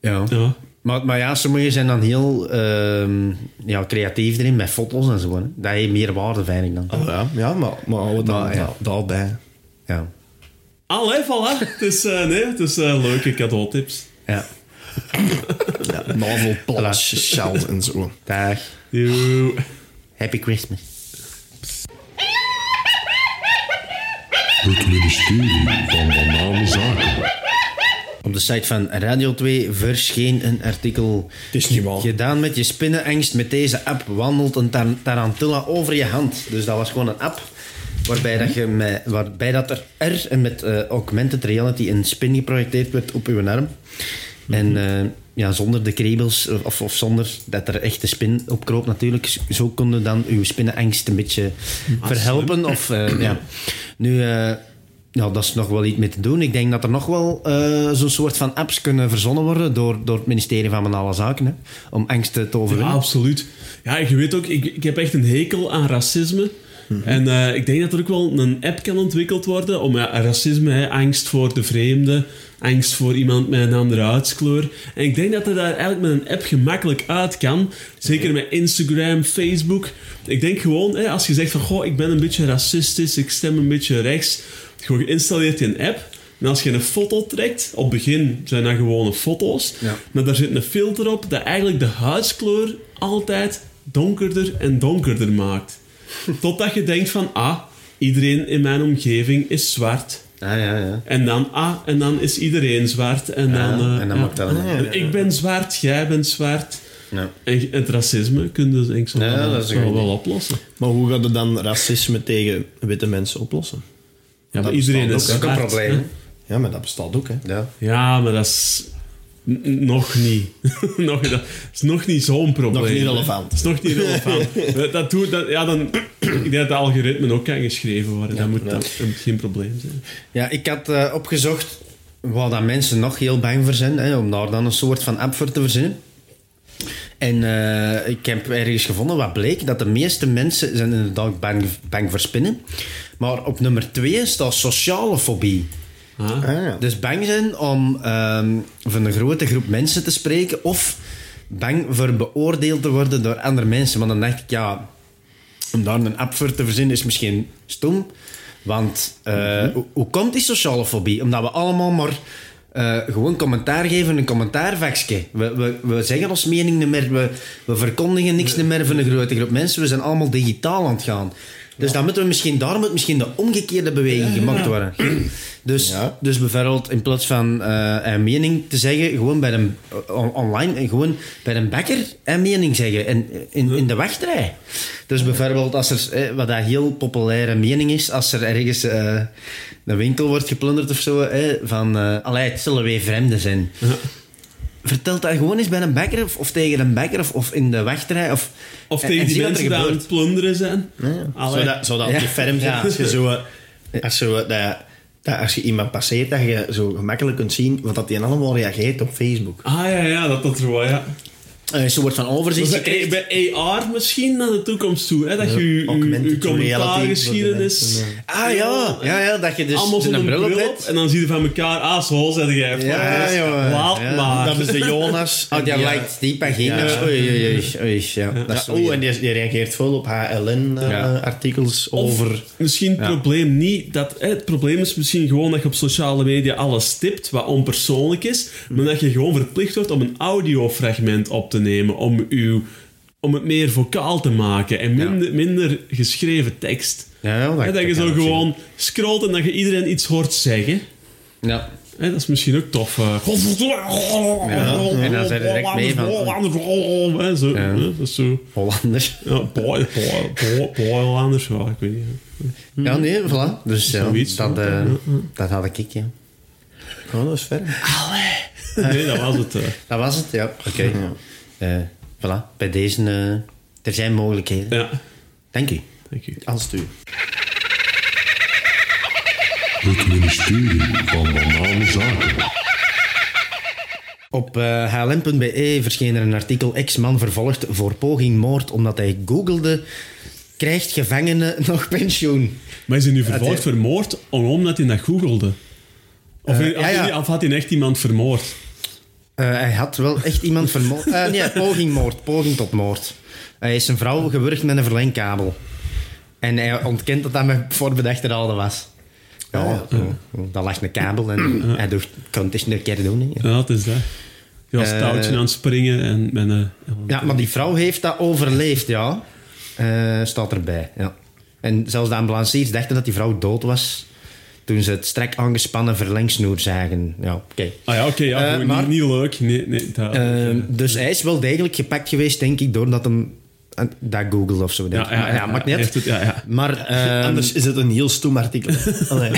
Speaker 1: Ja.
Speaker 2: Ja.
Speaker 1: Maar, maar ja, sommigen zijn dan heel ehm, ja, creatief erin met foto's en zo. Hè. Dat heeft meer waarde, vind ik dan.
Speaker 2: Ah.
Speaker 3: Ja, ja maar, maar hou het dan
Speaker 1: Maar, ja.
Speaker 3: da- daarbij.
Speaker 1: Ja.
Speaker 2: Allee, voilà. Het is, eh, nee, het is eh, leuke cadeautips.
Speaker 1: ja.
Speaker 3: Ja, Navel, plasje, sjaal en zo.
Speaker 1: Dag.
Speaker 2: Yo.
Speaker 1: Happy Christmas.
Speaker 4: Het ministerie van Banale Zaken.
Speaker 1: Op de site van Radio 2 verscheen een artikel.
Speaker 3: Het is niet waar.
Speaker 1: Gedaan met je spinnenangst. Met deze app wandelt een tar- tarantula over je hand. Dus dat was gewoon een app. Waarbij dat, je met, waarbij dat er, er en met eh, augmented reality een spin geprojecteerd werd op uw arm. En eh, ja, zonder de krebels, of, of zonder dat er echt de spin op kroop natuurlijk. Zo konden dan uw spinnenangst een beetje verhelpen. Of, eh, ja. Nu, eh, nou, dat is nog wel iets mee te doen. Ik denk dat er nog wel eh, zo'n soort van apps kunnen verzonnen worden door, door het ministerie van Banale Zaken. Hè, om angsten te
Speaker 2: Ja,
Speaker 1: overwinnen.
Speaker 2: absoluut. Ja, je weet ook, ik, ik heb echt een hekel aan racisme. En eh, ik denk dat er ook wel een app kan ontwikkeld worden om ja, racisme, hè, angst voor de vreemde, angst voor iemand met een andere huidskleur. En ik denk dat er daar eigenlijk met een app gemakkelijk uit kan. Zeker met Instagram, Facebook. Ik denk gewoon, hè, als je zegt van, goh, ik ben een beetje racistisch, ik stem een beetje rechts. Gewoon geïnstalleerd in een app. En als je een foto trekt, op het begin zijn dat gewone foto's.
Speaker 1: Ja.
Speaker 2: Maar daar zit een filter op dat eigenlijk de huidskleur altijd donkerder en donkerder
Speaker 1: *laughs*
Speaker 2: maakt. Totdat je denkt van, ah, iedereen in mijn omgeving is zwart.
Speaker 1: Ah, ja, ja.
Speaker 2: En dan, ah, en dan is iedereen zwart. En
Speaker 1: Ja,
Speaker 2: dan, eh,
Speaker 1: en dan
Speaker 2: ja.
Speaker 1: maakt dat een-
Speaker 2: En Ik ben zwart, jij bent zwart.
Speaker 1: Ja.
Speaker 2: En het racisme kun je dus denk ik zo
Speaker 1: Ja,
Speaker 2: wel-
Speaker 1: dat is een
Speaker 2: zo
Speaker 1: goed
Speaker 2: wel oplossen.
Speaker 3: Maar hoe gaat het dan racisme tegen witte mensen oplossen?
Speaker 2: Ja, maar iedereen
Speaker 3: bestaat
Speaker 2: is
Speaker 1: Dat is ook een
Speaker 2: zwart, hè.
Speaker 1: probleem.
Speaker 3: Ja, maar dat bestaat ook, hè.
Speaker 1: Ja.
Speaker 2: Ja, maar dat is n- n- nog niet. *laughs* nog, dat is nog niet zo'n probleem.
Speaker 3: Nog niet relevant.
Speaker 2: Dat is nog niet
Speaker 1: *laughs*
Speaker 2: relevant. dat, dat doet, dat, ja, dan, *clears throat* ik denk dat de algoritmen ook kan geschreven worden. dat, moet, dat moet geen probleem zijn.
Speaker 1: Ja, ik had eh, opgezocht waar dat mensen nog heel bang voor zijn, hè, om daar dan een soort van app voor te verzinnen. En eh, ik heb ergens gevonden wat bleek, dat de meeste mensen zijn inderdaad bang, bang voor spinnen. Maar op nummer twee staat sociale fobie.
Speaker 2: Ah.
Speaker 3: Ah, ja.
Speaker 1: Dus bang zijn om ehm van een grote groep mensen te spreken of bang voor beoordeeld te worden door andere mensen. Want dan dacht ik, ja, om daar een app voor te verzinnen is misschien stom. Want eh,
Speaker 3: Mhm.
Speaker 1: hoe, hoe komt die sociale fobie? Omdat we allemaal maar eh, gewoon commentaar geven in een commentaarvakje. We, we, we zeggen ons mening niet meer, we, we verkondigen niks niet meer van een grote groep mensen. We zijn allemaal digitaal aan het gaan. Dus dan moeten we misschien, daar moet misschien de omgekeerde beweging gemaakt worden. Dus,
Speaker 3: Ja.
Speaker 1: dus bijvoorbeeld in plaats van eh een mening te zeggen, gewoon bij een, eh, on- online, en gewoon bij een bakker een mening zeggen in, in, in de wachtrij. Dus bijvoorbeeld als er, eh, wat dat heel populaire mening is, als er ergens eh, een winkel wordt geplunderd of zo, eh, van, eh allee, het zullen wij vreemden zijn. Vertel dat gewoon eens bij een bakker of, of tegen een bakker of, of in de wachtrij. Of,
Speaker 2: Of
Speaker 1: en-
Speaker 2: tegen
Speaker 1: en
Speaker 2: die
Speaker 1: zie wat er
Speaker 2: mensen die aan
Speaker 1: gebeurt.
Speaker 2: het plunderen zijn. Allee.
Speaker 3: Zou dat, zou dat op
Speaker 1: Ja.
Speaker 3: die ferm zijn?
Speaker 1: Ja.
Speaker 3: Als je, zo, eh, als, zo, eh, dat, dat als je iemand passeert, dat je zo gemakkelijk kunt zien wat dat die allemaal reageert op Facebook.
Speaker 2: Ah ja, ja, dat dat er wel, ja.
Speaker 1: Eh, Zo'n soort van
Speaker 2: Dus
Speaker 1: overzicht.
Speaker 2: dat-
Speaker 1: gekregen.
Speaker 2: bij AR misschien naar de toekomst toe, hè, dat je je, je,
Speaker 3: augmented reality
Speaker 2: commentaargeschiedenis...
Speaker 3: voor de mensen,
Speaker 1: Ah ja, ja, ja dat je dus
Speaker 2: allemaal
Speaker 1: zo'n
Speaker 2: zo'n een bril op en dan zie je van elkaar, ah, zo zeg jij. fuck,
Speaker 1: Ja,
Speaker 2: dat is-
Speaker 1: jongen.
Speaker 2: Laat
Speaker 1: Ja.
Speaker 2: maar.
Speaker 3: Dat is de Jonas.
Speaker 1: Ah, *laughs* Oh, die
Speaker 3: eh,
Speaker 1: lijkt die pagina.
Speaker 3: Ja.
Speaker 1: Oei, oei, oei, oei, Ja, dat is
Speaker 3: ja, oeh,
Speaker 1: oei,
Speaker 3: en die, die reageert veel op
Speaker 1: Ja.
Speaker 3: HLN-artikels eh, over...
Speaker 2: Of misschien het probleem niet. Dat, hè, het probleem is misschien gewoon dat je op sociale media alles tipt wat onpersoonlijk is, maar dat je gewoon verplicht wordt om een audiofragment op te nemen om, uw, om het meer vocaal te maken en minder, minder geschreven tekst.
Speaker 1: Ja, ja, dat-
Speaker 2: Hè, dat,
Speaker 1: dat
Speaker 2: je
Speaker 1: kan
Speaker 2: zo
Speaker 1: ook
Speaker 2: gewoon scrolt en dat je iedereen iets hoort zeggen.
Speaker 1: Ja.
Speaker 2: Hè, dat is misschien ook tof. eh.
Speaker 1: en dan zijn er direct mee van-
Speaker 2: Hè, zo, hè, dat is zo.
Speaker 1: Hollanders.
Speaker 2: Ja, boy, boy, boy, boy, anders wel, ik weet niet. hè.
Speaker 3: Mhm.
Speaker 1: Ja, nee, voilà. Dus ja,
Speaker 2: Zoiets,
Speaker 1: dat,
Speaker 2: ja.
Speaker 1: eh, dat had ik, ja.
Speaker 3: Oh, dat is ver.
Speaker 2: Nee, dat was het. eh.
Speaker 1: Dat was het, ja. Oké. Eh, voilà, bij deze... eh, er zijn mogelijkheden.
Speaker 2: Ja,
Speaker 1: Dank u.
Speaker 2: dank u.
Speaker 3: Als het u.
Speaker 4: Het ministerie van Banale Zaken.
Speaker 1: Op eh, hlm.be verscheen er een artikel ex-man vervolgd voor poging moord omdat hij googelde krijgt gevangenen nog pensioen.
Speaker 2: Maar is hij nu vervolgd
Speaker 1: Het-
Speaker 2: voor moord om- omdat hij dat googelde? Of,
Speaker 1: Eh,
Speaker 2: had
Speaker 1: ja, ja.
Speaker 2: Hij, of had hij echt iemand vermoord?
Speaker 1: Eh, hij had wel echt iemand vermoord. Eh, nee, poging moord. Poging tot moord. Hij is zijn vrouw gewurgd met een verlengkabel. En hij ontkent dat dat met voorbedachte raden was. Ja, dat lag een kabel en hij dacht, ik kan het eens een keer doen. hè.
Speaker 2: Ja, dat is dat. Hij was
Speaker 1: Eh.
Speaker 2: touwtje aan het springen en... en eh,
Speaker 1: Ja, maar die vrouw heeft dat overleefd, ja. Eh, staat erbij, ja. En zelfs de ambulanciers dachten dat die vrouw dood was... toen ze het strek aangespannen verlengsnoer zagen. Ja, oké.
Speaker 2: Ah ja, oké, ja,
Speaker 1: Eh,
Speaker 2: gewoon niet-
Speaker 1: maar-
Speaker 2: niet, leuk. Nee, nee, dat,
Speaker 1: Ehm, dus hij is wel degelijk gepakt geweest, denk ik, doordat hem eh, dat Google of zo. Denk ik.
Speaker 2: Ja, ja,
Speaker 1: Maar ja,
Speaker 2: ja,
Speaker 1: maakt niet
Speaker 2: ja,
Speaker 1: uit.
Speaker 2: heeft het- ja, ja.
Speaker 1: Maar
Speaker 2: *laughs*
Speaker 1: ehm,
Speaker 3: Anders is het een heel stoem artikel.
Speaker 1: *laughs*
Speaker 3: Allee.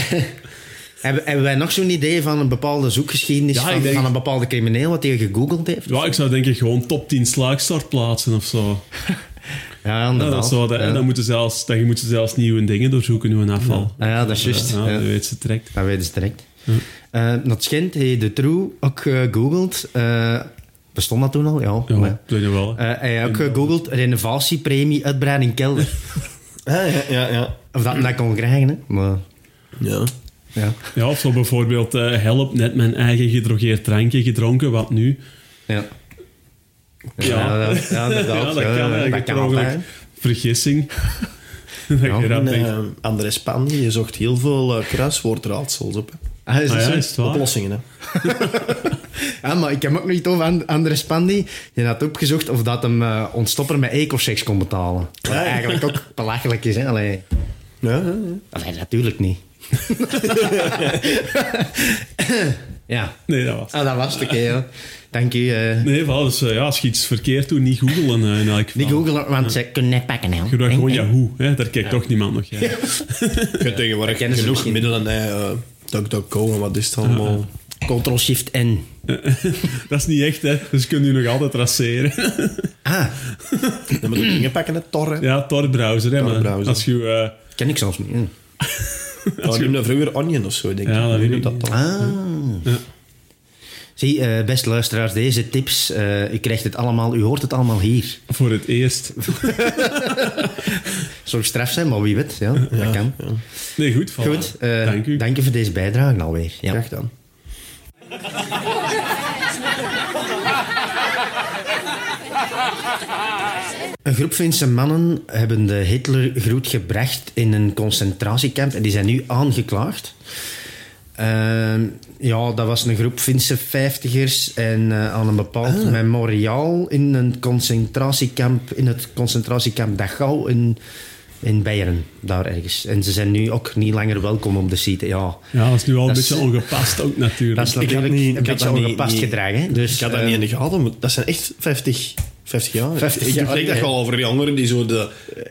Speaker 1: hebben, hebben wij nog zo'n idee van een bepaalde zoekgeschiedenis
Speaker 2: Ja, ik
Speaker 1: van,
Speaker 2: denk-
Speaker 1: van een bepaalde crimineel wat hij gegoogeld heeft?
Speaker 2: ja, ik zou denk ik gewoon top 10 slaagstart plaatsen of zo.
Speaker 1: Ja,
Speaker 2: Ja,
Speaker 1: inderdaad.
Speaker 2: dat zou, dat,
Speaker 1: ja.
Speaker 2: Dan, moeten zelfs, dan moeten zelfs nieuwe dingen doorzoeken, nieuwe afval.
Speaker 1: Ah ja, dat is juist.
Speaker 2: Ja,
Speaker 1: Ja.
Speaker 2: dat weet ze direct.
Speaker 1: Dat weten ze direct. Eh, dat schijnt, hij de True ook gegoogeld. Eh, bestond dat toen al? Ja.
Speaker 2: Ja,
Speaker 1: maar-
Speaker 2: ik weet het wel.
Speaker 1: Eh, hij heeft ook gegoogeld renovatiepremie uitbreiding kelder.
Speaker 3: Ah, ja, ja, ja.
Speaker 1: of dat hem dat kon krijgen, hè. Maar,
Speaker 3: ja.
Speaker 1: ja.
Speaker 2: Ja, of zo bijvoorbeeld, eh, help, net mijn eigen gedrogeerd drankje gedronken, wat nu?
Speaker 1: Ja. Ja,
Speaker 2: Ja.
Speaker 1: dat, ja, inderdaad.
Speaker 2: *laughs* ja, dat
Speaker 1: Ja,
Speaker 2: kan eigenlijk per ongeluk.
Speaker 1: altijd.
Speaker 2: Vergissing. *laughs* dat je dat
Speaker 3: En,
Speaker 2: denkt.
Speaker 3: eh, André Pan, die zocht heel veel eh, kruiswoordraadsels op. hè.
Speaker 1: Ah, is dat
Speaker 2: Ah
Speaker 1: zo?
Speaker 2: ja, is het waar?
Speaker 3: Oplossingen, hè.
Speaker 1: Ja, maar ik heb ook nog iets over And- Andres Pandy. Die had opgezocht of dat hem eh ontstopper met ecosex kon betalen. Wat
Speaker 3: Ja.
Speaker 1: eigenlijk ook belachelijk is, hè? Allee,
Speaker 3: Ja, ja, ja.
Speaker 1: allee, natuurlijk niet. ja,
Speaker 2: Nee, dat was het.
Speaker 1: ah, dat was het, oké. ja. Dank u. eh.
Speaker 2: Nee, vooral, dus, eh, ja, als je iets verkeerd doet, niet googelen eh, in elk geval.
Speaker 1: Niet googelen, want ze kunnen net pakken. Hè.
Speaker 2: Je doet gewoon Yahoo, hè? daar kijkt toch niemand nog. Ja.
Speaker 3: Je hebt tegenwoordig
Speaker 1: kennen ze
Speaker 3: genoeg
Speaker 1: misschien.
Speaker 3: middelen. hè, eh, DuckDuckGo en wat is het allemaal?
Speaker 1: Ctrl-Shift-N.
Speaker 2: *laughs* Dat is niet echt, hè? dus je kunt u nog altijd traceren. *laughs*
Speaker 1: Ah,
Speaker 3: Dan moet je dingen pakken, hè. Torren.
Speaker 2: ja, Tor-browser, hè? Maar
Speaker 3: Tor-browser.
Speaker 2: als je... eh,
Speaker 1: ken ik soms niet. hm.
Speaker 3: Oh, Dat noemde vroeger Onion of zo, denk ik.
Speaker 2: ja, dat
Speaker 3: Hoe
Speaker 2: weet
Speaker 3: noemt
Speaker 2: ik
Speaker 3: dat
Speaker 2: niet.
Speaker 3: dan?
Speaker 1: Ah.
Speaker 2: eh,
Speaker 1: Zie, eh beste luisteraars, deze tips, eh, u krijgt het allemaal, u hoort het allemaal hier.
Speaker 2: Voor het eerst.
Speaker 1: Zou straf zijn, maar wie weet, ja, dat kan.
Speaker 2: Nee, goed. voilà.
Speaker 1: Goed, eh,
Speaker 2: Dank u.
Speaker 1: voor deze bijdrage alweer. Ja.
Speaker 3: Graag dan.
Speaker 1: Een groep Finse mannen hebben de Hitlergroet gebracht in een concentratiekamp en die zijn nu aangeklaagd. Ehm, ja, dat was een groep Finse vijftigers en eh, aan een bepaald memoriaal in een concentratiekamp, in het concentratiekamp Dachau in In Beieren, daar ergens. En ze zijn nu ook niet langer welkom op de site. Ja,
Speaker 2: Ja, dat is nu al een
Speaker 1: Dat is-
Speaker 2: beetje ongepast ook natuurlijk.
Speaker 1: dat is natuurlijk
Speaker 3: niet- ik
Speaker 1: een
Speaker 3: had
Speaker 1: beetje
Speaker 3: dat niet-
Speaker 1: ongepast
Speaker 3: niet-
Speaker 1: gedrag. Hè? Dus,
Speaker 3: Ik had dat
Speaker 1: eh,
Speaker 3: niet in de gaten, maar dat zijn echt 50, 50 jaar.
Speaker 1: 50
Speaker 3: ik
Speaker 1: jaar,
Speaker 3: denk dat
Speaker 1: ja.
Speaker 3: wel over jongeren die zo de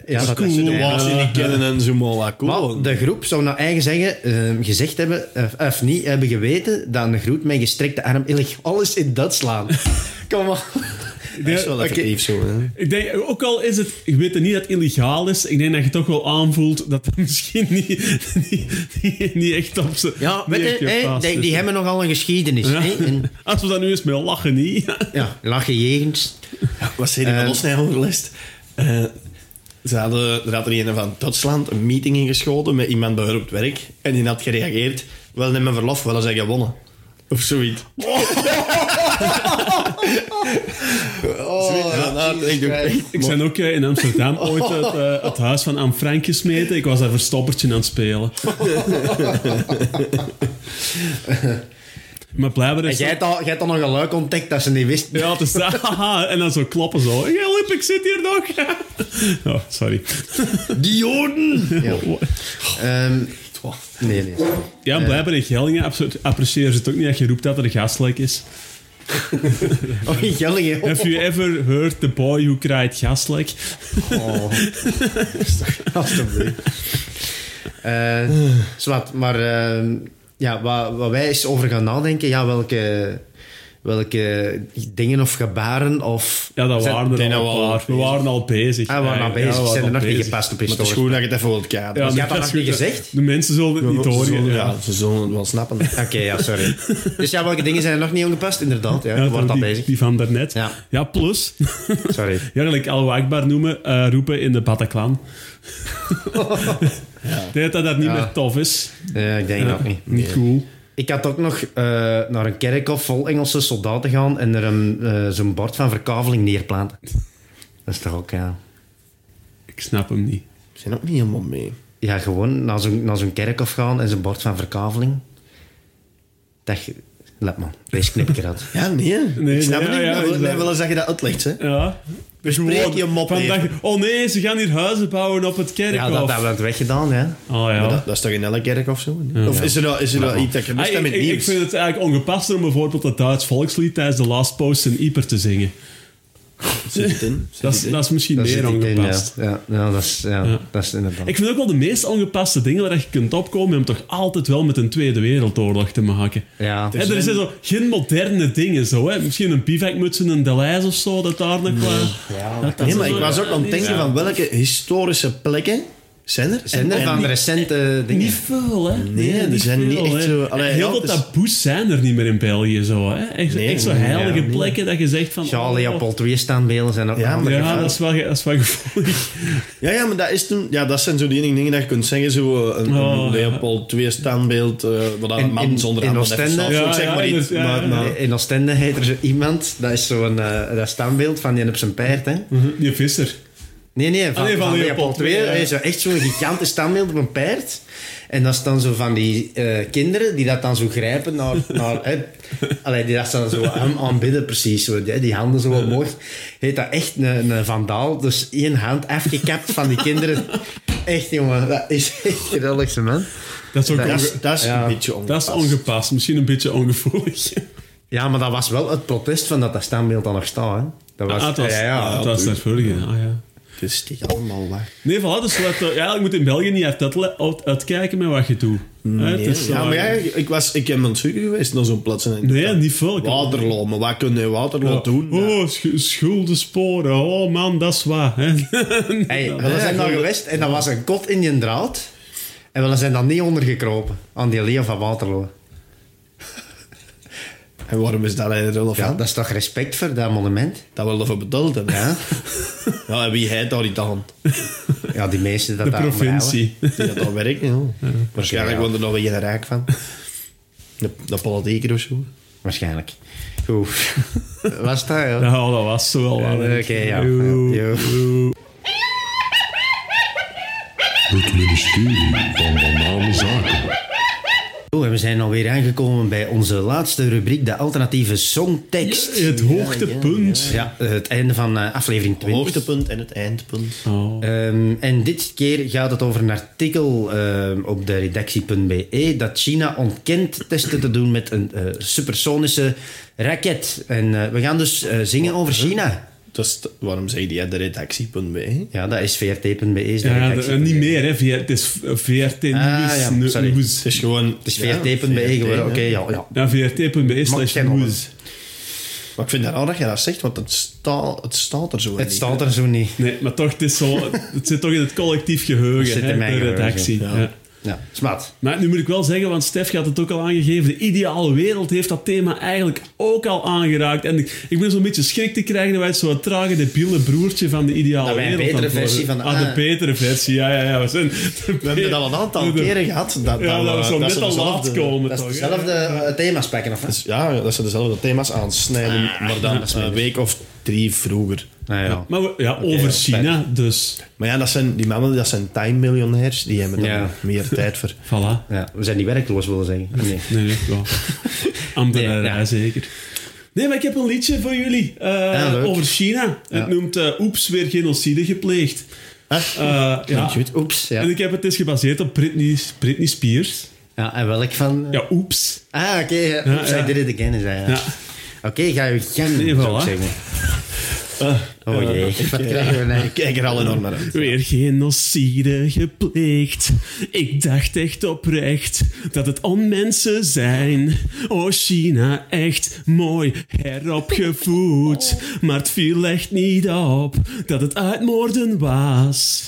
Speaker 1: Ja, dat-
Speaker 3: cool
Speaker 1: dat-
Speaker 3: was die niet kennen en zo maar
Speaker 1: Maar de groep zou naar eigen zeggen, eh, gezegd hebben, eh, of niet hebben geweten, dat een groep met gestrekte arm illeg alles in dat slaan. *laughs* Kom op.
Speaker 2: Ik
Speaker 3: Dat
Speaker 2: denk-
Speaker 3: is wel
Speaker 1: oké.
Speaker 3: effectief zo. Hè.
Speaker 2: Ik denk, ook al is het, ik weet het niet dat het illegaal is, ik denk dat je toch wel aanvoelt dat *laughs* het misschien niet, niet, niet, niet echt op ze.
Speaker 1: Ja,
Speaker 2: niet
Speaker 1: weet
Speaker 2: echt
Speaker 1: je, hè,
Speaker 2: gepast
Speaker 1: die,
Speaker 2: is.
Speaker 1: die hebben nogal een geschiedenis.
Speaker 2: dus. *laughs* Ja.
Speaker 1: Hè? En,
Speaker 2: Als we dat nu eens met lachen, niet.
Speaker 1: ja, lachen jegens.
Speaker 3: Wat zei die
Speaker 1: Eh,
Speaker 3: van ons nou overlast? Eh, ze hadden, er had er een van Duitsland een meeting ingeschoten met iemand bij haar op het werk. En die had gereageerd, wel neem mijn verlof, wel zijn gewonnen. Of zoiets.
Speaker 1: Oh,
Speaker 3: Zoiets, ja, nou, ik doe echt-
Speaker 2: Ik ben ook eh, in
Speaker 1: *laughs*
Speaker 2: Amsterdam ooit het, eh, het huis van Anne Frank gesmeten. Ik was daar verstoppertje aan het spelen. *laughs* maar blijkbaar
Speaker 1: En
Speaker 2: is
Speaker 1: jij hebt al, jij hebt al nog een luik ontdekt dat ze niet wist.
Speaker 2: Ja, het is *laughs* dat. Haha, en dan zo kloppen zo. Help, ik zit hier nog. *laughs* oh, sorry.
Speaker 1: Die Joden! Ja.
Speaker 2: *laughs*
Speaker 1: Ehm, nee, nee.
Speaker 2: Ja,
Speaker 1: Eh.
Speaker 2: blijkbaar in Gellingen appre- appreciëren ze het ook niet dat je roept dat er een gaslek is.
Speaker 1: Oh, *laughs* in Gellingen. Oh,
Speaker 2: Have you ever heard the boy who cried gaslek?
Speaker 1: Oh. *laughs* Alsjeblieft. Eh, Zwart, maar ehm, ja, wat, wat wij eens over gaan nadenken, ja, welke, welke dingen of gebaren of...
Speaker 2: Ja, dat
Speaker 1: Zijn-
Speaker 2: waren er
Speaker 3: zijn
Speaker 2: al
Speaker 3: nou
Speaker 2: een
Speaker 3: al
Speaker 2: paar. We waren al bezig.
Speaker 1: Ah, we waren
Speaker 2: Ja,
Speaker 1: al
Speaker 2: ja,
Speaker 1: bezig.
Speaker 2: we
Speaker 1: Ze
Speaker 2: waren
Speaker 1: zijn er
Speaker 2: al
Speaker 1: nog niet
Speaker 2: bezig.
Speaker 1: gepast op
Speaker 3: Maar het is
Speaker 1: historisch.
Speaker 3: goed dat je het even wil
Speaker 2: Ja,
Speaker 3: kaderen.
Speaker 2: maar
Speaker 1: je had
Speaker 2: dat
Speaker 1: dat
Speaker 2: is
Speaker 1: nog
Speaker 2: goed,
Speaker 1: niet
Speaker 2: hè.
Speaker 1: gezegd?
Speaker 2: De mensen zullen het niet
Speaker 3: Ze
Speaker 2: horen.
Speaker 3: zullen-
Speaker 2: Ja.
Speaker 3: ja, ze zullen het wel snappen.
Speaker 1: Oké, ja,
Speaker 2: *laughs*
Speaker 1: sorry. Dus ja, welke dingen zijn er nog niet ongepast? Inderdaad, ja,
Speaker 2: Ja,
Speaker 1: je wordt al
Speaker 2: die,
Speaker 1: bezig.
Speaker 2: die van daarnet.
Speaker 1: Ja.
Speaker 2: plus. *laughs*
Speaker 1: Sorry.
Speaker 2: Ja, gelijk al wakbaar noemen, eh, roepen in de Bataclan. *laughs* Ik denk dat dat niet
Speaker 1: Ja.
Speaker 2: meer tof is.
Speaker 1: Eh, ik denk
Speaker 2: Ja,
Speaker 1: dat niet.
Speaker 2: Niet cool.
Speaker 1: Ik had ook nog eh, naar een kerkhof vol Engelse soldaten gaan en er een, eh, zo'n bord van verkaveling neerplanten. Dat is toch ook, ja...
Speaker 2: Ik snap hem niet.
Speaker 3: Ze zijn ook niet helemaal mee.
Speaker 1: Ja, gewoon naar zo'n, naar zo'n kerkhof gaan en zijn bord van verkaveling. Dat je... Let man, deze knip ik eruit.
Speaker 3: Ja, nee.
Speaker 2: nee,
Speaker 3: ik snap het
Speaker 2: ja,
Speaker 3: niet.
Speaker 2: ja,
Speaker 3: dat wil,
Speaker 2: exact.
Speaker 3: dat willen zeggen dat uitlegt, hè.
Speaker 2: Ja.
Speaker 3: Bespreek
Speaker 2: Gewoon
Speaker 3: je mop
Speaker 2: van
Speaker 3: even.
Speaker 2: dag- Oh nee, ze gaan hier huizen bouwen op het
Speaker 1: Ja,
Speaker 2: kerkhof.
Speaker 1: dat hebben we ook weggedaan, hè.
Speaker 2: Oh ja.
Speaker 3: Maar Dat, dat is toch in elke kerk of zo? niet? Of is er nou, is er nou iets dat je
Speaker 2: Ah,
Speaker 3: mist hebt
Speaker 2: ik,
Speaker 3: met
Speaker 2: ik- ik
Speaker 3: nieuws?
Speaker 2: vind het eigenlijk ongepast om bijvoorbeeld het Duits volkslied tijdens de Last Post in Ieper te zingen.
Speaker 3: Zit het in? Zit
Speaker 2: Dat is,
Speaker 3: het in?
Speaker 2: dat is misschien
Speaker 1: Dat
Speaker 2: meer
Speaker 1: zit ik in, ja.
Speaker 2: ongepast.
Speaker 1: Ja, ja, dat is, ja,
Speaker 2: Ja.
Speaker 1: dat is inderdaad...
Speaker 2: Ik vind ook wel de meest ongepaste dingen waar je kunt opkomen, om toch altijd wel met een Tweede Wereldoorlog te maken.
Speaker 1: Ja.
Speaker 2: Hè, er zijn zo geen moderne dingen zo, hè. Misschien een bivakmuts en een Deleuze of zo, dat daar nog wel...
Speaker 1: Ja,
Speaker 2: dat- dat
Speaker 3: Nee,
Speaker 2: is
Speaker 3: maar
Speaker 2: zo-
Speaker 3: ik was ook aan het denken
Speaker 2: Ja.
Speaker 3: van welke historische plekken zijn er?
Speaker 1: Zijn er
Speaker 3: En-
Speaker 1: van
Speaker 3: en-
Speaker 1: recente dingen?
Speaker 2: Niet veel, hè? Nee,
Speaker 3: er
Speaker 2: niet
Speaker 3: zijn niet echt
Speaker 2: hè.
Speaker 3: zo- Allee,
Speaker 2: Heel
Speaker 3: ja,
Speaker 2: veel
Speaker 3: het is-
Speaker 2: taboes zijn er niet meer in België, zo, hè? Echt,
Speaker 3: Nee,
Speaker 2: echt zo
Speaker 3: nee,
Speaker 2: heilige
Speaker 3: ja, nee.
Speaker 2: plekken dat je zegt van...
Speaker 1: Ja,
Speaker 2: oh,
Speaker 1: Leopold II-standbeelden zijn ook
Speaker 3: Ja,
Speaker 1: nog
Speaker 3: maar-
Speaker 2: Ja, dat is wel, ge- dat is wel *laughs* gevoelig.
Speaker 3: Ja, ja, maar dat, is toen, ja, dat zijn zo die enige dingen dat je kunt zeggen. Zo eh, een, een
Speaker 2: Oh, ja.
Speaker 3: Leopold II standbeeld, eh wat dan
Speaker 1: In-
Speaker 3: een man
Speaker 1: in-
Speaker 3: zonder
Speaker 1: in
Speaker 3: handen
Speaker 1: Oostende?
Speaker 3: even staat,
Speaker 2: Ja,
Speaker 3: zo, ik zeg
Speaker 2: ja,
Speaker 3: maar
Speaker 2: in
Speaker 3: iets.
Speaker 2: het- ja,
Speaker 3: maar,
Speaker 2: ja.
Speaker 3: maar-
Speaker 1: In Oostende heet er zo iemand, dat is zo'n eh, dat standbeeld van die op zijn paard, hè.
Speaker 3: Hm.
Speaker 2: Die visser.
Speaker 1: Nee, nee, van,
Speaker 2: Ah, nee, van
Speaker 1: van,
Speaker 2: Leopold
Speaker 1: Leopold II.
Speaker 2: II, ja.
Speaker 1: Er is zo echt zo'n gigantisch standbeeld op een paard. En dat is dan zo van die eh, kinderen die dat dan zo grijpen naar... naar hè. Allee, die dat dan zo
Speaker 2: *laughs*
Speaker 1: aan, aanbidden precies. Zo, die, die handen zo omhoog. Heet dat echt een, een vandaal. Dus één hand afgekapt van die kinderen. Echt, jongen. Dat is echt geweldig, zo, man.
Speaker 2: Dat is ook...
Speaker 3: dat
Speaker 2: onge-
Speaker 3: is, dat is
Speaker 1: Ja.
Speaker 3: een beetje
Speaker 2: Dat
Speaker 3: ongepast.
Speaker 2: is ongepast, misschien een beetje ongevoelig.
Speaker 1: Ja, maar dat was wel het protest van dat dat standbeeld dan nog staat, hè. Dat was...
Speaker 2: *laughs* Ah, het was,
Speaker 1: ja,
Speaker 2: ah,
Speaker 1: ja.
Speaker 2: het was daarvoor, ja. Ah, ja.
Speaker 3: Het is toch allemaal waar.
Speaker 2: Nee, voilà, dus let, eh, ja, ik moet in België niet uit, uit- uit- uitkijken met wat je doet.
Speaker 1: Mm,
Speaker 2: Hè, het is,
Speaker 3: ja,
Speaker 2: eh,
Speaker 3: maar ja, ik, was, ik ben aan Suger geweest naar zo'n plaats. en-
Speaker 2: Nee, niet veel. Ik-
Speaker 3: Waterloo, maar wat kun je in Waterloo
Speaker 2: Ja.
Speaker 3: doen?
Speaker 2: Oh, sch schulden sporen. Oh man, dat is waar. hè. *laughs*
Speaker 1: Hey, we zijn daar geweest en dat was een kot in je draad. En we zijn dan niet ondergekropen aan die leeuw van Waterloo.
Speaker 3: En waarom is dat eigenlijk
Speaker 1: Ja,
Speaker 3: relevant?
Speaker 1: dat is toch respect voor dat monument?
Speaker 3: Dat wil ervoor bedoeld hebben.
Speaker 1: *laughs* Ja, *laughs*
Speaker 3: Ja, en wie heet daar niet aan?
Speaker 1: ja die meesten dat
Speaker 2: De
Speaker 1: daar
Speaker 2: provincie.
Speaker 3: Die dat daar werkt, ja. Waarschijnlijk wordt er nog wel geen raak van. De, de politieker of zo.
Speaker 1: onderhouden. Waarschijnlijk. Goed. *laughs* Was dat, ja?
Speaker 2: Ja, dat was zo wel waar.
Speaker 1: Oké,
Speaker 2: hè.
Speaker 1: ja.
Speaker 2: Joe.
Speaker 1: Ja, joe.
Speaker 4: Het ministerie van Banale Zaken.
Speaker 1: Oh, en we zijn alweer aangekomen bij onze laatste rubriek, de alternatieve songtekst. Ja,
Speaker 2: Het hoogtepunt.
Speaker 1: het einde van eh, aflevering 20.
Speaker 3: Hoogtepunt en het eindpunt.
Speaker 2: Oh.
Speaker 1: Ehm, en dit keer gaat het over een artikel ehm, op de redactie.be E dat China ontkent testen te doen met een eh, supersonische raket. En eh, we gaan dus eh, zingen over China.
Speaker 3: Dat is t- waarom zei jij de redactie.be?
Speaker 1: Ja, dat is vrt.be. E, Is de
Speaker 2: Ja,
Speaker 1: redactie.
Speaker 2: de- eh, niet meer, hè. Via- Het is v- VRT Nieuws.
Speaker 1: Ah, ja,
Speaker 2: nu-
Speaker 1: sorry.
Speaker 2: nieuws.
Speaker 3: Het is gewoon... Het
Speaker 1: Het is vrt.be E geworden. Oké, ja, ja.
Speaker 2: Ja, VRT.be
Speaker 1: Mag
Speaker 2: slash
Speaker 1: geen honger.
Speaker 2: nieuws.
Speaker 3: Maar ik vind het raar dat je dat zegt, want het, sta, het staat er zo
Speaker 1: Het staat er zo niet.
Speaker 2: Nee, maar toch, het, is zo, het zit toch in het collectief
Speaker 1: Het
Speaker 2: geheugen,
Speaker 1: zit in
Speaker 2: hè,
Speaker 1: mijn
Speaker 2: de
Speaker 1: geheugen,
Speaker 2: redactie.
Speaker 3: ja.
Speaker 2: Ja.
Speaker 1: Ja, smaat.
Speaker 2: Maar nu moet ik wel zeggen, want Stef had het ook al aangegeven, de ideale wereld heeft dat thema eigenlijk ook al aangeraakt. En ik, ik ben zo'n beetje schrik te krijgen dat wij het zo'n trage, debiele broertje van de ideale
Speaker 1: Dat wij een
Speaker 2: wereld... aan
Speaker 1: betere
Speaker 2: het worden-
Speaker 1: versie van de-
Speaker 2: Ah,
Speaker 1: ah.
Speaker 2: de betere versie, ja, ja, ja. We, zijn
Speaker 3: We hebben het al een aantal keren gehad. Dat, dat,
Speaker 2: Ja, dat we zo net
Speaker 3: ze
Speaker 2: al
Speaker 3: dezelfde-
Speaker 2: laat komen,
Speaker 1: Dat is
Speaker 2: toch, hè?
Speaker 1: dezelfde eh, thema's pakken, of wat?
Speaker 3: Ja, dat ze dezelfde thema's aansnijden, maar dan een week of drie vroeger.
Speaker 1: Nou ja.
Speaker 2: Maar we- ja, over
Speaker 1: ja,
Speaker 2: China, dus...
Speaker 3: Maar ja, dat zijn, die mannen dat zijn time-miljonairs, die hebben daar
Speaker 1: Ja.
Speaker 3: meer tijd voor.
Speaker 2: Voilà.
Speaker 1: Ja, we zijn niet werkloos, willen zeggen. Nee.
Speaker 2: Nee, nee,
Speaker 1: *laughs*
Speaker 2: ja. Ambtenarij
Speaker 1: Nee, ja.
Speaker 2: eh, zeker. Nee, maar ik heb een liedje voor jullie eh,
Speaker 1: leuk.
Speaker 2: over China. Het noemt eh, Oeps, weer genocide gepleegd. Eh, ja.
Speaker 3: Goed.
Speaker 1: Ah, Oeps, ja.
Speaker 2: En ik heb het is gebaseerd op Britney, Britney Spears.
Speaker 1: ja. En welk van...
Speaker 2: Ja, oeps.
Speaker 1: Ah, oké. ja. Oeps,
Speaker 2: ja.
Speaker 1: I did it again, is dat, ja.
Speaker 2: Ja.
Speaker 1: Oké, ga je gang,
Speaker 2: ieder geval,
Speaker 1: zou ik
Speaker 2: hè. Ah,
Speaker 1: zeggen.
Speaker 2: *laughs*
Speaker 1: oh jee, wat krijgen we nou?
Speaker 3: Ik kijk er al enorm naar uit.
Speaker 2: Weer genocide gepleegd. Ik dacht echt oprecht dat het onmensen zijn. Oh, China echt mooi heropgevoed. Maar het viel echt niet op dat het uitmoorden was.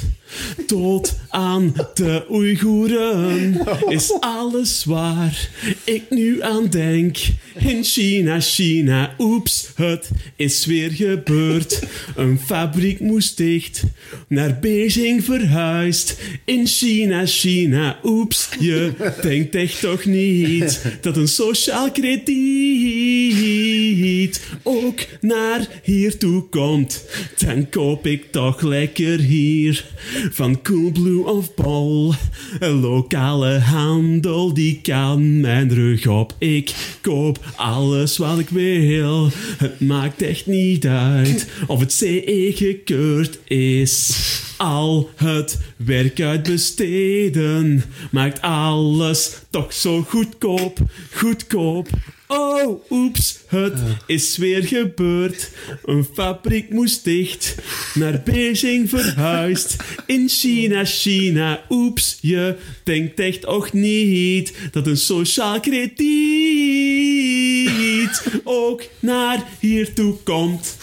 Speaker 2: Tot aan de Oeigoeren is alles waar ik nu aan denk. In China, China, oeps, het is weer gebeurd. Een fabriek moest dicht, naar Beijing verhuisd. In China, China, oeps, je denkt echt toch niet dat een sociaal krediet ook naar hier toe komt. Dan koop ik toch lekker hier van Coolblue of Bol. Een lokale handel die kan mijn rug op. Ik koop alles wat ik wil. Het maakt echt niet uit of het CE gekeurd is. Al het werk uit besteden maakt alles toch zo goedkoop, goedkoop. Oh, oeps, het is weer gebeurd. Een fabriek moest dicht, naar Beijing verhuisd. In China, China, oeps, je denkt echt ook niet dat een sociaal krediet ook naar hier toe komt.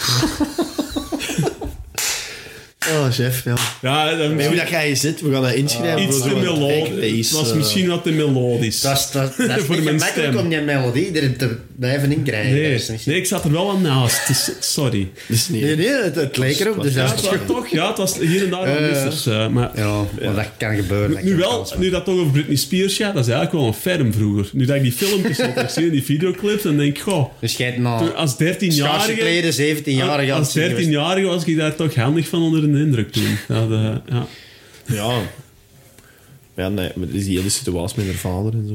Speaker 3: Oh, chef, ja.
Speaker 2: Ja, dat
Speaker 3: Hoe dat jij zit, we gaan dat inschrijven.
Speaker 2: Ah. iets
Speaker 3: voor
Speaker 2: te
Speaker 3: zo'n
Speaker 2: melodisch.
Speaker 3: backdays,
Speaker 2: Het was
Speaker 3: eh.
Speaker 2: misschien wat te melodisch.
Speaker 1: Dat is,
Speaker 2: *laughs*
Speaker 1: dat, dat is
Speaker 2: Voor
Speaker 1: niet
Speaker 2: mijn
Speaker 1: gemakkelijk
Speaker 2: stem.
Speaker 1: om die melodie er te blijven in krijgen.
Speaker 2: nee,
Speaker 1: Dat is niet-
Speaker 2: nee, ik zat er wel aan naast, dus sorry.
Speaker 3: Dat is niet...
Speaker 1: nee, nee, het, het leek erop. Dus
Speaker 2: Ja,
Speaker 1: dat
Speaker 2: het
Speaker 1: is-
Speaker 2: was toch, ja, het was hier en daar wat missers, eh, maar...
Speaker 1: ja, maar dat kan gebeuren. dat
Speaker 2: Nu
Speaker 1: kan
Speaker 2: wel,
Speaker 1: alles
Speaker 2: nu
Speaker 1: gebeuren.
Speaker 2: dat toch over Britney Spears gaat, dat is eigenlijk wel een ferm vroeger. Nu dat ik die filmpjes op heb gezien, die videoclips, dan denk ik, goh,
Speaker 1: Dus jij hebt nou
Speaker 2: als
Speaker 1: schaarse
Speaker 2: 13-jarige...
Speaker 1: kleden, 17-jarige
Speaker 2: Als
Speaker 1: dus-
Speaker 2: 13-jarige was ik daar toch handig van onder de indruk toen. Dat, eh, ja.
Speaker 3: Ja. Ja, nee, maar dat is die hele situatie met haar vader en zo.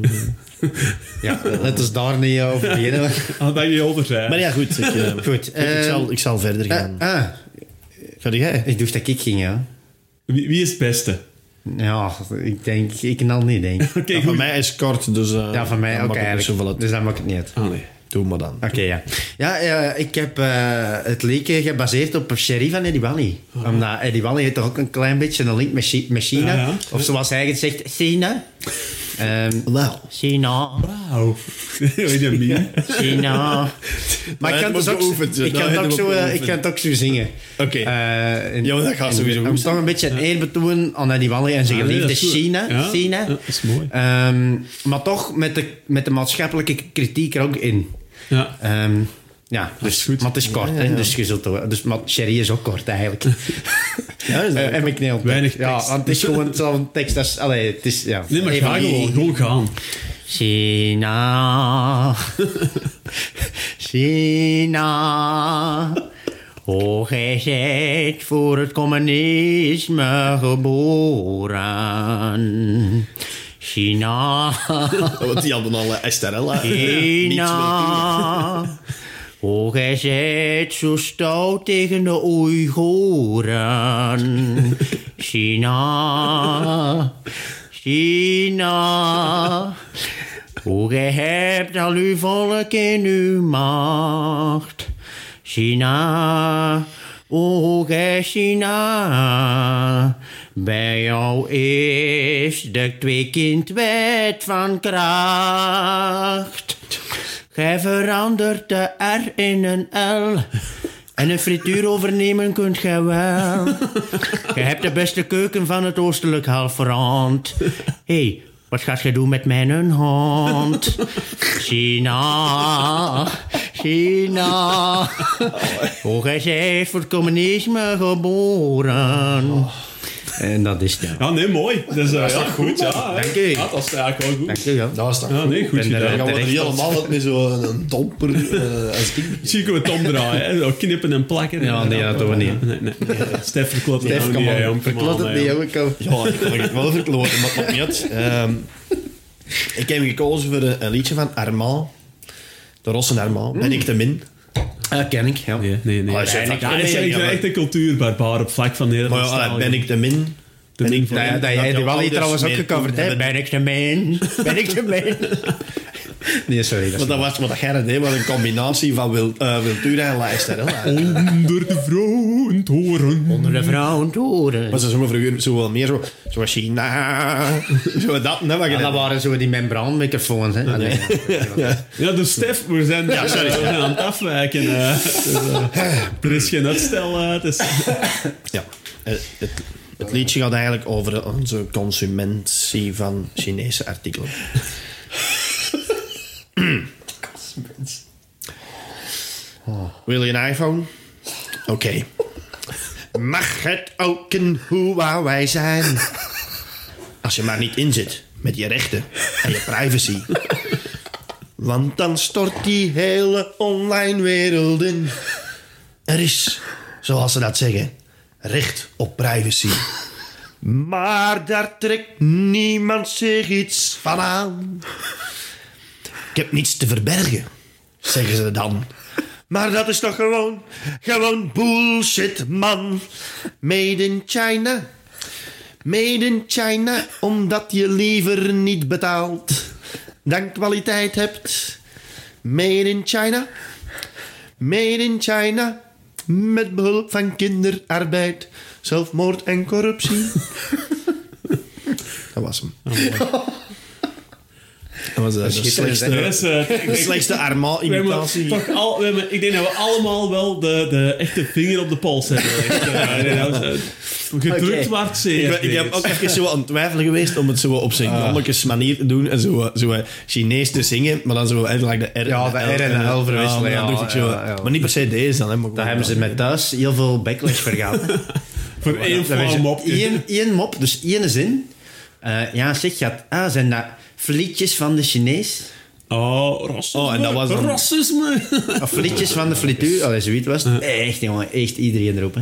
Speaker 1: Ja, let ons daar niet eh, over beginnen.
Speaker 2: *laughs* Ah, dat je overdrijft.
Speaker 3: maar ja, *laughs* goed. Ik, eh,
Speaker 1: Goed,
Speaker 3: ik,
Speaker 1: eh,
Speaker 3: zal, ik zal verder gaan.
Speaker 1: Ah, ah,
Speaker 3: Ga jij?
Speaker 1: ik dacht dat ik ging, ja.
Speaker 2: Wie, wie is het beste?
Speaker 1: Ja, ik denk, ik knal niet, denk ik.
Speaker 2: *laughs* Oké,
Speaker 3: Ja,
Speaker 2: goed.
Speaker 3: voor mij is het kort, dus... eh,
Speaker 1: Ja, van mij
Speaker 3: dan
Speaker 1: ook
Speaker 3: maakt het niet zoveel
Speaker 1: eigenlijk.
Speaker 3: uit.
Speaker 1: Dus dan maakt het niet uit.
Speaker 2: Ah, nee.
Speaker 3: Doe maar dan.
Speaker 1: Oké, ja. Ja, eh, ik heb eh, het leek eh, gebaseerd op Sherry van Eddie Wally. Omdat Eddie Wally heeft toch ook een klein beetje een link met, Chi- met China.
Speaker 2: Ja, ja.
Speaker 1: Of zoals hij het zegt, China. Ehm,
Speaker 3: Nou.
Speaker 1: China,
Speaker 2: Wauw. *laughs* Weet je dat meme? *laughs*
Speaker 1: China. Maar ik
Speaker 3: het
Speaker 1: kan,
Speaker 3: moet
Speaker 1: dus ook,
Speaker 3: beoefend,
Speaker 1: ik,
Speaker 3: dat
Speaker 1: kan het
Speaker 3: hebben
Speaker 1: ook
Speaker 3: we
Speaker 1: zo, eh, ik
Speaker 3: beoefend.
Speaker 1: kan het ook zo zingen.
Speaker 3: Oké.
Speaker 1: Eh, en-
Speaker 3: Ja, maar dat gaat
Speaker 1: en-
Speaker 3: sowieso
Speaker 1: Om
Speaker 3: goed
Speaker 1: toch een beetje een eer betonen aan Eddie Wally en zijn
Speaker 2: Ah, nee,
Speaker 1: geliefde
Speaker 2: dat is goed.
Speaker 1: China.
Speaker 2: Ja,
Speaker 1: China.
Speaker 2: ja, dat is mooi.
Speaker 1: Ehm, maar toch met de, met de maatschappelijke kritiek er ook in.
Speaker 2: Ja.
Speaker 1: Ehm, ja, dus,
Speaker 2: is goed.
Speaker 1: maar het is kort, hè, dus je zult er wel- dus, maar Sherry is ook kort eigenlijk. *laughs*
Speaker 3: Ja, is dat-
Speaker 1: Eh, en McNeil.
Speaker 2: Weinig
Speaker 1: Ja,
Speaker 2: tekst.
Speaker 1: want het is
Speaker 2: *laughs*
Speaker 1: gewoon zo'n tekst als... Allee, het is... Ja,
Speaker 2: Nee, maar
Speaker 1: Een van
Speaker 2: ga
Speaker 1: die-
Speaker 2: gewoon. Gewoon gaan. *laughs*
Speaker 1: China. China. Oh, gij zijt voor het communisme geboren.
Speaker 2: *laughs*
Speaker 1: China,
Speaker 3: *laughs* Want die hadden alle Esterella. *laughs*
Speaker 1: nou. China. Oh, gij zijt zo stout tegen de Oeigoeren. China, China. Oh, gij hebt al uw volk in uw macht. China, o gij China. Bij jou is de tweekindwet van kracht. Gij verandert de R in een L. En een frituur overnemen kunt gij wel. Gij hebt de beste keuken van het oostelijk halfrond. Hé, hey, wat gaat gij doen met mijn hond? China, China. Oh, gij zijt voor het communisme geboren. En dat is het.
Speaker 2: Ja, nee, mooi. Dat is, eh, ja, goed, ja. hè.
Speaker 1: Dank je.
Speaker 2: Ja, dat is eigenlijk wel goed.
Speaker 1: je wel.
Speaker 3: Dat is toch
Speaker 2: Ja, nee, goed
Speaker 1: ben er-
Speaker 2: gedaan.
Speaker 3: Dan gaan we er
Speaker 1: terecht.
Speaker 3: helemaal wat met zo'n een domper eh, als ik.
Speaker 2: Misschien kunnen we het omdraaien. hè. Zo Knippen en plakken.
Speaker 1: Ja, nee, dat doen we niet.
Speaker 2: Nee, nee. nee. Stef verkloot het
Speaker 3: Stef,
Speaker 2: nou
Speaker 3: kom
Speaker 2: niet,
Speaker 3: op.
Speaker 2: hè, jong. Kom
Speaker 1: Verklot
Speaker 2: aan,
Speaker 1: het
Speaker 2: hè,
Speaker 1: niet,
Speaker 2: jong.
Speaker 1: jongen. ik kan-
Speaker 3: Ja, ik kan het wel verkloten, maar het maakt niet uit. Ehm, ik heb gekozen voor een, een liedje van Armand. De Rossen Armand. Ben ik te min.
Speaker 1: Ah, ken ik, ja.
Speaker 2: Nee, nee, nee.
Speaker 3: Oh, is dat
Speaker 2: Ja,
Speaker 3: echt-
Speaker 2: dat is echt
Speaker 3: Ja,
Speaker 2: een
Speaker 3: maar-
Speaker 2: echte cultuurbarbaar op vlak van
Speaker 3: Maar
Speaker 2: Nederland.
Speaker 3: ja, allee, ben ik te min. Ben
Speaker 2: min
Speaker 3: ik te
Speaker 1: Dat,
Speaker 3: min.
Speaker 1: dat jij die
Speaker 3: jouw
Speaker 1: wel hier
Speaker 3: ouders
Speaker 1: trouwens ook
Speaker 3: meer
Speaker 1: gecoverd
Speaker 3: doen
Speaker 1: hebt.
Speaker 3: hebben.
Speaker 1: Ben ik de man? Ben ik de man? *laughs* Nee, sorry. Dat
Speaker 3: Maar
Speaker 1: is
Speaker 3: dat was wat dat jij dat deed, was een combinatie van wil, eh, Wiltura en Laisterella.
Speaker 2: Onder de vrouwentoren.
Speaker 1: onder de vrouwen toren.
Speaker 3: Maar ze zongen vroeger zo wel meer zo, zo China, zo dat, nee, wat je
Speaker 1: En dat
Speaker 3: net-
Speaker 1: waren zo die membraanmicrofoons. Hè? Ah, nee.
Speaker 2: Ja, dus Stef, we zijn,
Speaker 3: Ja, sorry.
Speaker 2: we zijn aan het afwijken. eh. Dus, eh, er is geen uitstel. eh, het is-
Speaker 3: Ja. Eh, Het, het liedje gaat eigenlijk over eh, onze consumentie van Chinese artikelen. Wil je een iPhone? Oké. Mag het ook een Huawei zijn? Als je maar niet inzit met je rechten en je privacy. Want dan stort die hele online wereld in. Er is, zoals ze dat zeggen, recht op privacy. Maar daar trekt niemand zich iets van aan. Ik heb niets te verbergen, zeggen ze dan. Maar dat is toch gewoon, gewoon bullshit, man. Made in China. Made in China, omdat je liever niet betaalt dan kwaliteit hebt. Made in China. Made in China. Met behulp van kinderarbeid, zelfmoord en *laughs* corruptie. dat was hem. Ah, dat was eh, de
Speaker 1: schitterend,
Speaker 3: slechtste,
Speaker 2: Dus, eh,
Speaker 3: de slechtste
Speaker 2: we hebben
Speaker 3: Armand-imitatie.
Speaker 2: toch al, we hebben- ik denk dat we allemaal wel de, de echte vinger op de pols hebben. Echt,
Speaker 3: *laughs*
Speaker 2: eh, ik denk dat we- Gedrukt
Speaker 1: Oké.
Speaker 2: waard zeer.
Speaker 3: Ik, ben- ik heb ook even zo aan het twijfelen geweest om het zo op zijn
Speaker 1: Ah.
Speaker 3: grommetjes manier te doen. En zo, eh, zo eh, Chinees te zingen, maar dan zo eigenlijk de R
Speaker 1: Ja, de R en de L verwisselen,
Speaker 3: maar dan
Speaker 1: ja,
Speaker 3: doe ik zo,
Speaker 1: ja, ja.
Speaker 3: Maar niet per se deze dan. Hè, maar
Speaker 1: Daar
Speaker 3: gewoon- eh,
Speaker 1: hebben ze met thuis heel veel backlash voor gehad.
Speaker 2: *laughs* Voor één
Speaker 1: Dat was
Speaker 2: flauw mopje.
Speaker 1: één- één mop, dus één zin. Eh, ja, zeg, gaat, ah, zijn dat vlietjes van de Chinees?
Speaker 2: Oh, racisme.
Speaker 3: Oh, en dat was dan-
Speaker 2: Racisme.
Speaker 1: Of vlietjes van de frituur? Allee, zoiets was het. Echt, jongen, echt iedereen erop, hè.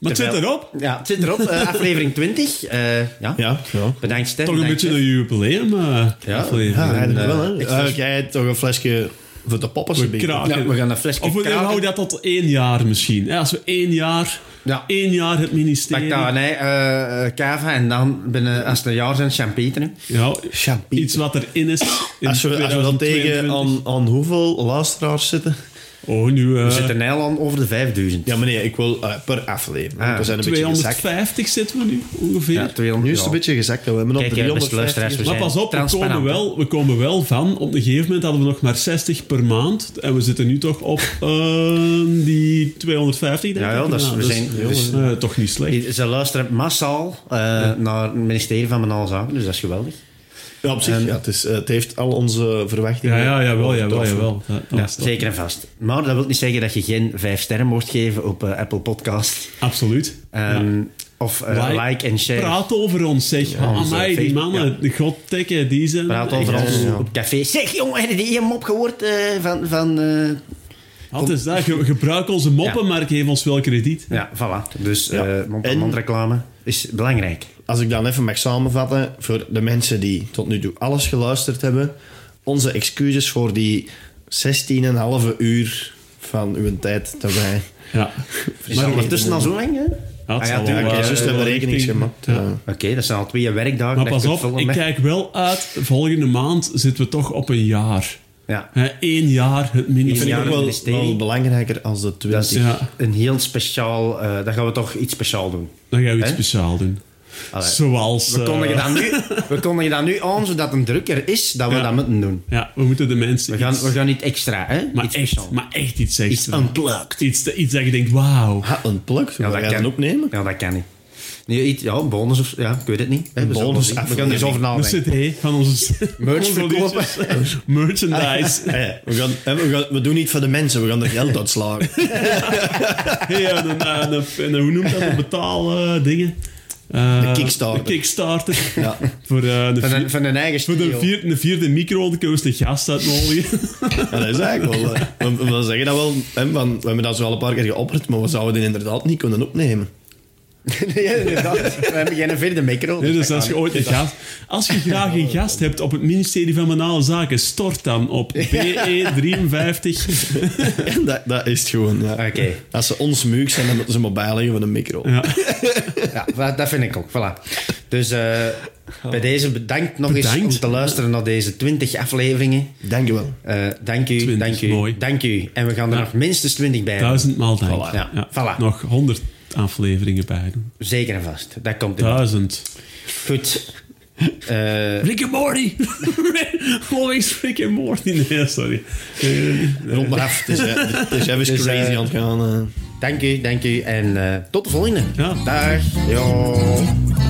Speaker 2: Maar het zit
Speaker 1: Terwijl-
Speaker 2: erop.
Speaker 1: Ja, het zit erop. eh, aflevering 20. eh, ja.
Speaker 3: Ja, ja.
Speaker 1: Bedankt, Stef.
Speaker 2: Toch een
Speaker 1: bedankt,
Speaker 2: beetje een jubileum. eh,
Speaker 1: Ja.
Speaker 2: aflevering.
Speaker 3: Ja, eigenlijk
Speaker 1: eh,
Speaker 3: wel, hè.
Speaker 1: ik-
Speaker 3: Eh, jij hebt toch een flesje voor de poppers
Speaker 2: We
Speaker 3: gebied.
Speaker 2: kraken.
Speaker 1: Ja, we gaan een flesje
Speaker 2: Of we
Speaker 1: kraken.
Speaker 2: houden dat tot één jaar misschien. hè. Als we één jaar,
Speaker 1: Ja.
Speaker 2: één jaar het ministerie...
Speaker 1: Pak dan nee, eh, eh, cava en dan binnen, als het een jaar zijn, champagne.
Speaker 2: Ja,
Speaker 3: Champagne.
Speaker 2: iets wat erin is. in
Speaker 3: Als we, als we dan tegen
Speaker 2: 2022.
Speaker 3: aan, aan hoeveel luisteraars zitten?
Speaker 2: Oh, nu... eh,
Speaker 1: We zitten nijl aan over de 5000.
Speaker 3: Ja, meneer, ik wil eh, per aflevering.
Speaker 1: Ah,
Speaker 3: we zijn een beetje gezakt.
Speaker 2: 250 zitten we nu, ongeveer.
Speaker 1: Ja, 200.
Speaker 3: Nu is het een
Speaker 1: ja.
Speaker 3: beetje gezakt. hè. We hebben nog
Speaker 1: Kijk, eh, beste
Speaker 3: 350.
Speaker 1: luisteraars, we
Speaker 2: maar
Speaker 1: zijn
Speaker 2: pas op, we
Speaker 1: transparant,
Speaker 2: komen,
Speaker 1: hè.
Speaker 2: wel, we komen wel van. Op een gegeven moment hadden we nog maar 60 per maand. En we zitten nu toch op *laughs* eh, die 250, denk
Speaker 1: Ja,
Speaker 2: ik.
Speaker 1: ja, dat is- we zijn-
Speaker 2: dus, eh, toch niet slecht.
Speaker 1: Ze luisteren massaal eh, naar het ministerie van Banale Zaken, dus dat is geweldig.
Speaker 3: Ja, op zich. ja, het, is, eh, het heeft al onze verwachtingen.
Speaker 2: Ja, ja, jawel, jawel,
Speaker 3: overtroffen.
Speaker 2: jawel. Ja,
Speaker 1: Ja,
Speaker 2: dat is toch-
Speaker 1: zeker en vast. Maar dat wil niet zeggen dat je geen vijf sterren mocht geven op eh, Apple Podcast.
Speaker 2: Absoluut. Ja.
Speaker 1: Ehm, Of eh, like, en share.
Speaker 2: Praat over ons, zeg.
Speaker 1: onze
Speaker 2: Amai, die
Speaker 1: Facebook,
Speaker 2: mannen, de godtekken, die zijn...
Speaker 1: Oh, Praat over
Speaker 2: echt-
Speaker 1: ons
Speaker 3: ja.
Speaker 1: op café. Zeg jongen, heb je die één mop gehoord eh, van... van eh,
Speaker 2: Wat is dat? Ge- gebruik onze moppen,
Speaker 1: Ja.
Speaker 2: maar geef ons wel krediet.
Speaker 1: Ja, voilà. Dus
Speaker 3: Ja.
Speaker 1: eh mond
Speaker 3: En-
Speaker 1: mond reclame is belangrijk.
Speaker 3: als ik dan even mag samenvatten, voor de mensen die tot nu toe alles geluisterd hebben, onze excuses voor die 16,5 uur van uw tijd daarbij.
Speaker 2: Ja.
Speaker 1: Is dat ondertussen al zo lang, hè?
Speaker 2: Ja,
Speaker 1: Ah
Speaker 2: het
Speaker 1: ja,
Speaker 2: zal
Speaker 1: tuurlijk,
Speaker 2: wel,
Speaker 3: Oké,
Speaker 1: ja,
Speaker 2: eh,
Speaker 3: dus hebben we
Speaker 2: wel
Speaker 3: rekening
Speaker 2: richting-
Speaker 3: gemaakt.
Speaker 2: Ja.
Speaker 3: eh.
Speaker 1: Oké, dat zijn al twee werkdagen.
Speaker 2: Maar
Speaker 1: dat
Speaker 2: pas
Speaker 1: je kunt
Speaker 2: op,
Speaker 1: vullen
Speaker 2: ik
Speaker 1: met-
Speaker 2: kijk wel uit. Volgende maand zitten we toch op een jaar.
Speaker 1: Ja.
Speaker 2: Eén jaar, het minimum.
Speaker 1: Eén
Speaker 3: vind ik
Speaker 1: jaar.
Speaker 3: ook wel,
Speaker 1: ministerie.
Speaker 3: wel belangrijker als de
Speaker 1: Dat is
Speaker 3: 20.
Speaker 2: Ja.
Speaker 1: een heel speciaal... eh dan gaan we toch iets speciaal doen.
Speaker 2: Dan gaan we iets
Speaker 1: Hè?
Speaker 2: speciaal doen.
Speaker 1: Allee.
Speaker 2: Zoals...
Speaker 1: We
Speaker 2: eh,
Speaker 1: kondigen dat nu,
Speaker 2: *laughs*
Speaker 1: we kondigen dat nu aan, zodat een drukker is, dat we
Speaker 2: Ja.
Speaker 1: dat moeten doen.
Speaker 2: Ja, we moeten de mensen
Speaker 1: We gaan,
Speaker 2: iets...
Speaker 1: we gaan niet extra, hè?
Speaker 2: maar,
Speaker 1: iets
Speaker 2: echt,
Speaker 1: speciaal.
Speaker 2: maar echt
Speaker 1: Iets
Speaker 2: iets extra.
Speaker 1: unplugged.
Speaker 2: Iets, te- iets dat je denkt, wauw.
Speaker 3: Ha, een
Speaker 1: Ja,
Speaker 3: plug, ja,
Speaker 1: dat
Speaker 3: dat gaan
Speaker 1: kan.
Speaker 3: opnemen.
Speaker 1: Ja, dat kan niet. Nee, iets, ja, een bonus of... Ja, ik weet het niet. Hè, we zullen
Speaker 3: bonus
Speaker 1: zien. We gaan er zo over
Speaker 2: Een
Speaker 1: nadenken.
Speaker 2: cd van onze...
Speaker 1: *laughs* Merch
Speaker 2: onze
Speaker 1: verkopen. *laughs*
Speaker 2: liedjes. Merchandise.
Speaker 3: Eh, we, gaan, eh, we, gaan- we doen niet voor de mensen, we gaan er geld
Speaker 1: *laughs*
Speaker 3: uitslagen.
Speaker 2: Hey, en een, eh, een- een- hoe noemt dat? Een betaal eh, dingen. Eh,
Speaker 3: Een Kickstarter.
Speaker 2: Een
Speaker 1: *laughs*
Speaker 2: Kickstarter.
Speaker 3: Ja.
Speaker 2: Voor eh, de
Speaker 1: Van
Speaker 2: vier-
Speaker 1: een, van een eigen
Speaker 2: Voor de
Speaker 1: studio.
Speaker 2: vierde, de vierde micro, dan kunnen we eens de gast uitnodigen.
Speaker 3: Ja, dat is eigenlijk wel... eh, We, we zeggen dat wel, hè, van, we hebben dat zo al een paar keer geopperd, maar we zouden dit inderdaad niet kunnen opnemen.
Speaker 1: *laughs* nee, inderdaad. We hebben geen vierde micro.
Speaker 2: Nee, dus
Speaker 1: dat
Speaker 2: als je
Speaker 1: kan
Speaker 2: ooit een gast... Als je graag een gast hebt op het ministerie van Banale Zaken, stort dan
Speaker 1: *laughs*
Speaker 2: op E BE53.
Speaker 3: *laughs* dat, dat is het gewoon, ja.
Speaker 1: niet. Ah, Oké,
Speaker 3: Als ze ons muuk zijn, dan moeten ze mobiel leggen van een micro.
Speaker 2: Ja.
Speaker 1: ja, wa- dat vind ik ook. Voilà. Dus eh, bij deze bedankt nog eens
Speaker 2: Oh. Bedankt.
Speaker 1: om te luisteren naar deze 20 afleveringen.
Speaker 3: Dank je wel.
Speaker 1: Eh, dank u,
Speaker 2: 20,
Speaker 1: dank u,
Speaker 2: mooi.
Speaker 1: dank u. En we gaan er
Speaker 2: Ja.
Speaker 1: nog minstens 20 bij hebben.
Speaker 2: Duizendmaal dank.
Speaker 1: Voilà. Ja, voilà.
Speaker 2: Nog honderd afleveringen bij doen.
Speaker 1: Zeker en vast. Dat komt in.
Speaker 2: Duizend.
Speaker 1: Goed. Eh,
Speaker 2: Rick en *laughs* Morty! Always Rick en Morty. Nee, sorry. Eh,
Speaker 3: Rond maar af. Het is, eh, het is even
Speaker 1: Dus,
Speaker 3: crazy
Speaker 1: eh,
Speaker 3: aan het gaan. eh.
Speaker 1: dank u, dank u. En eh, tot de volgende.
Speaker 2: Ja.
Speaker 1: Dag. Yo.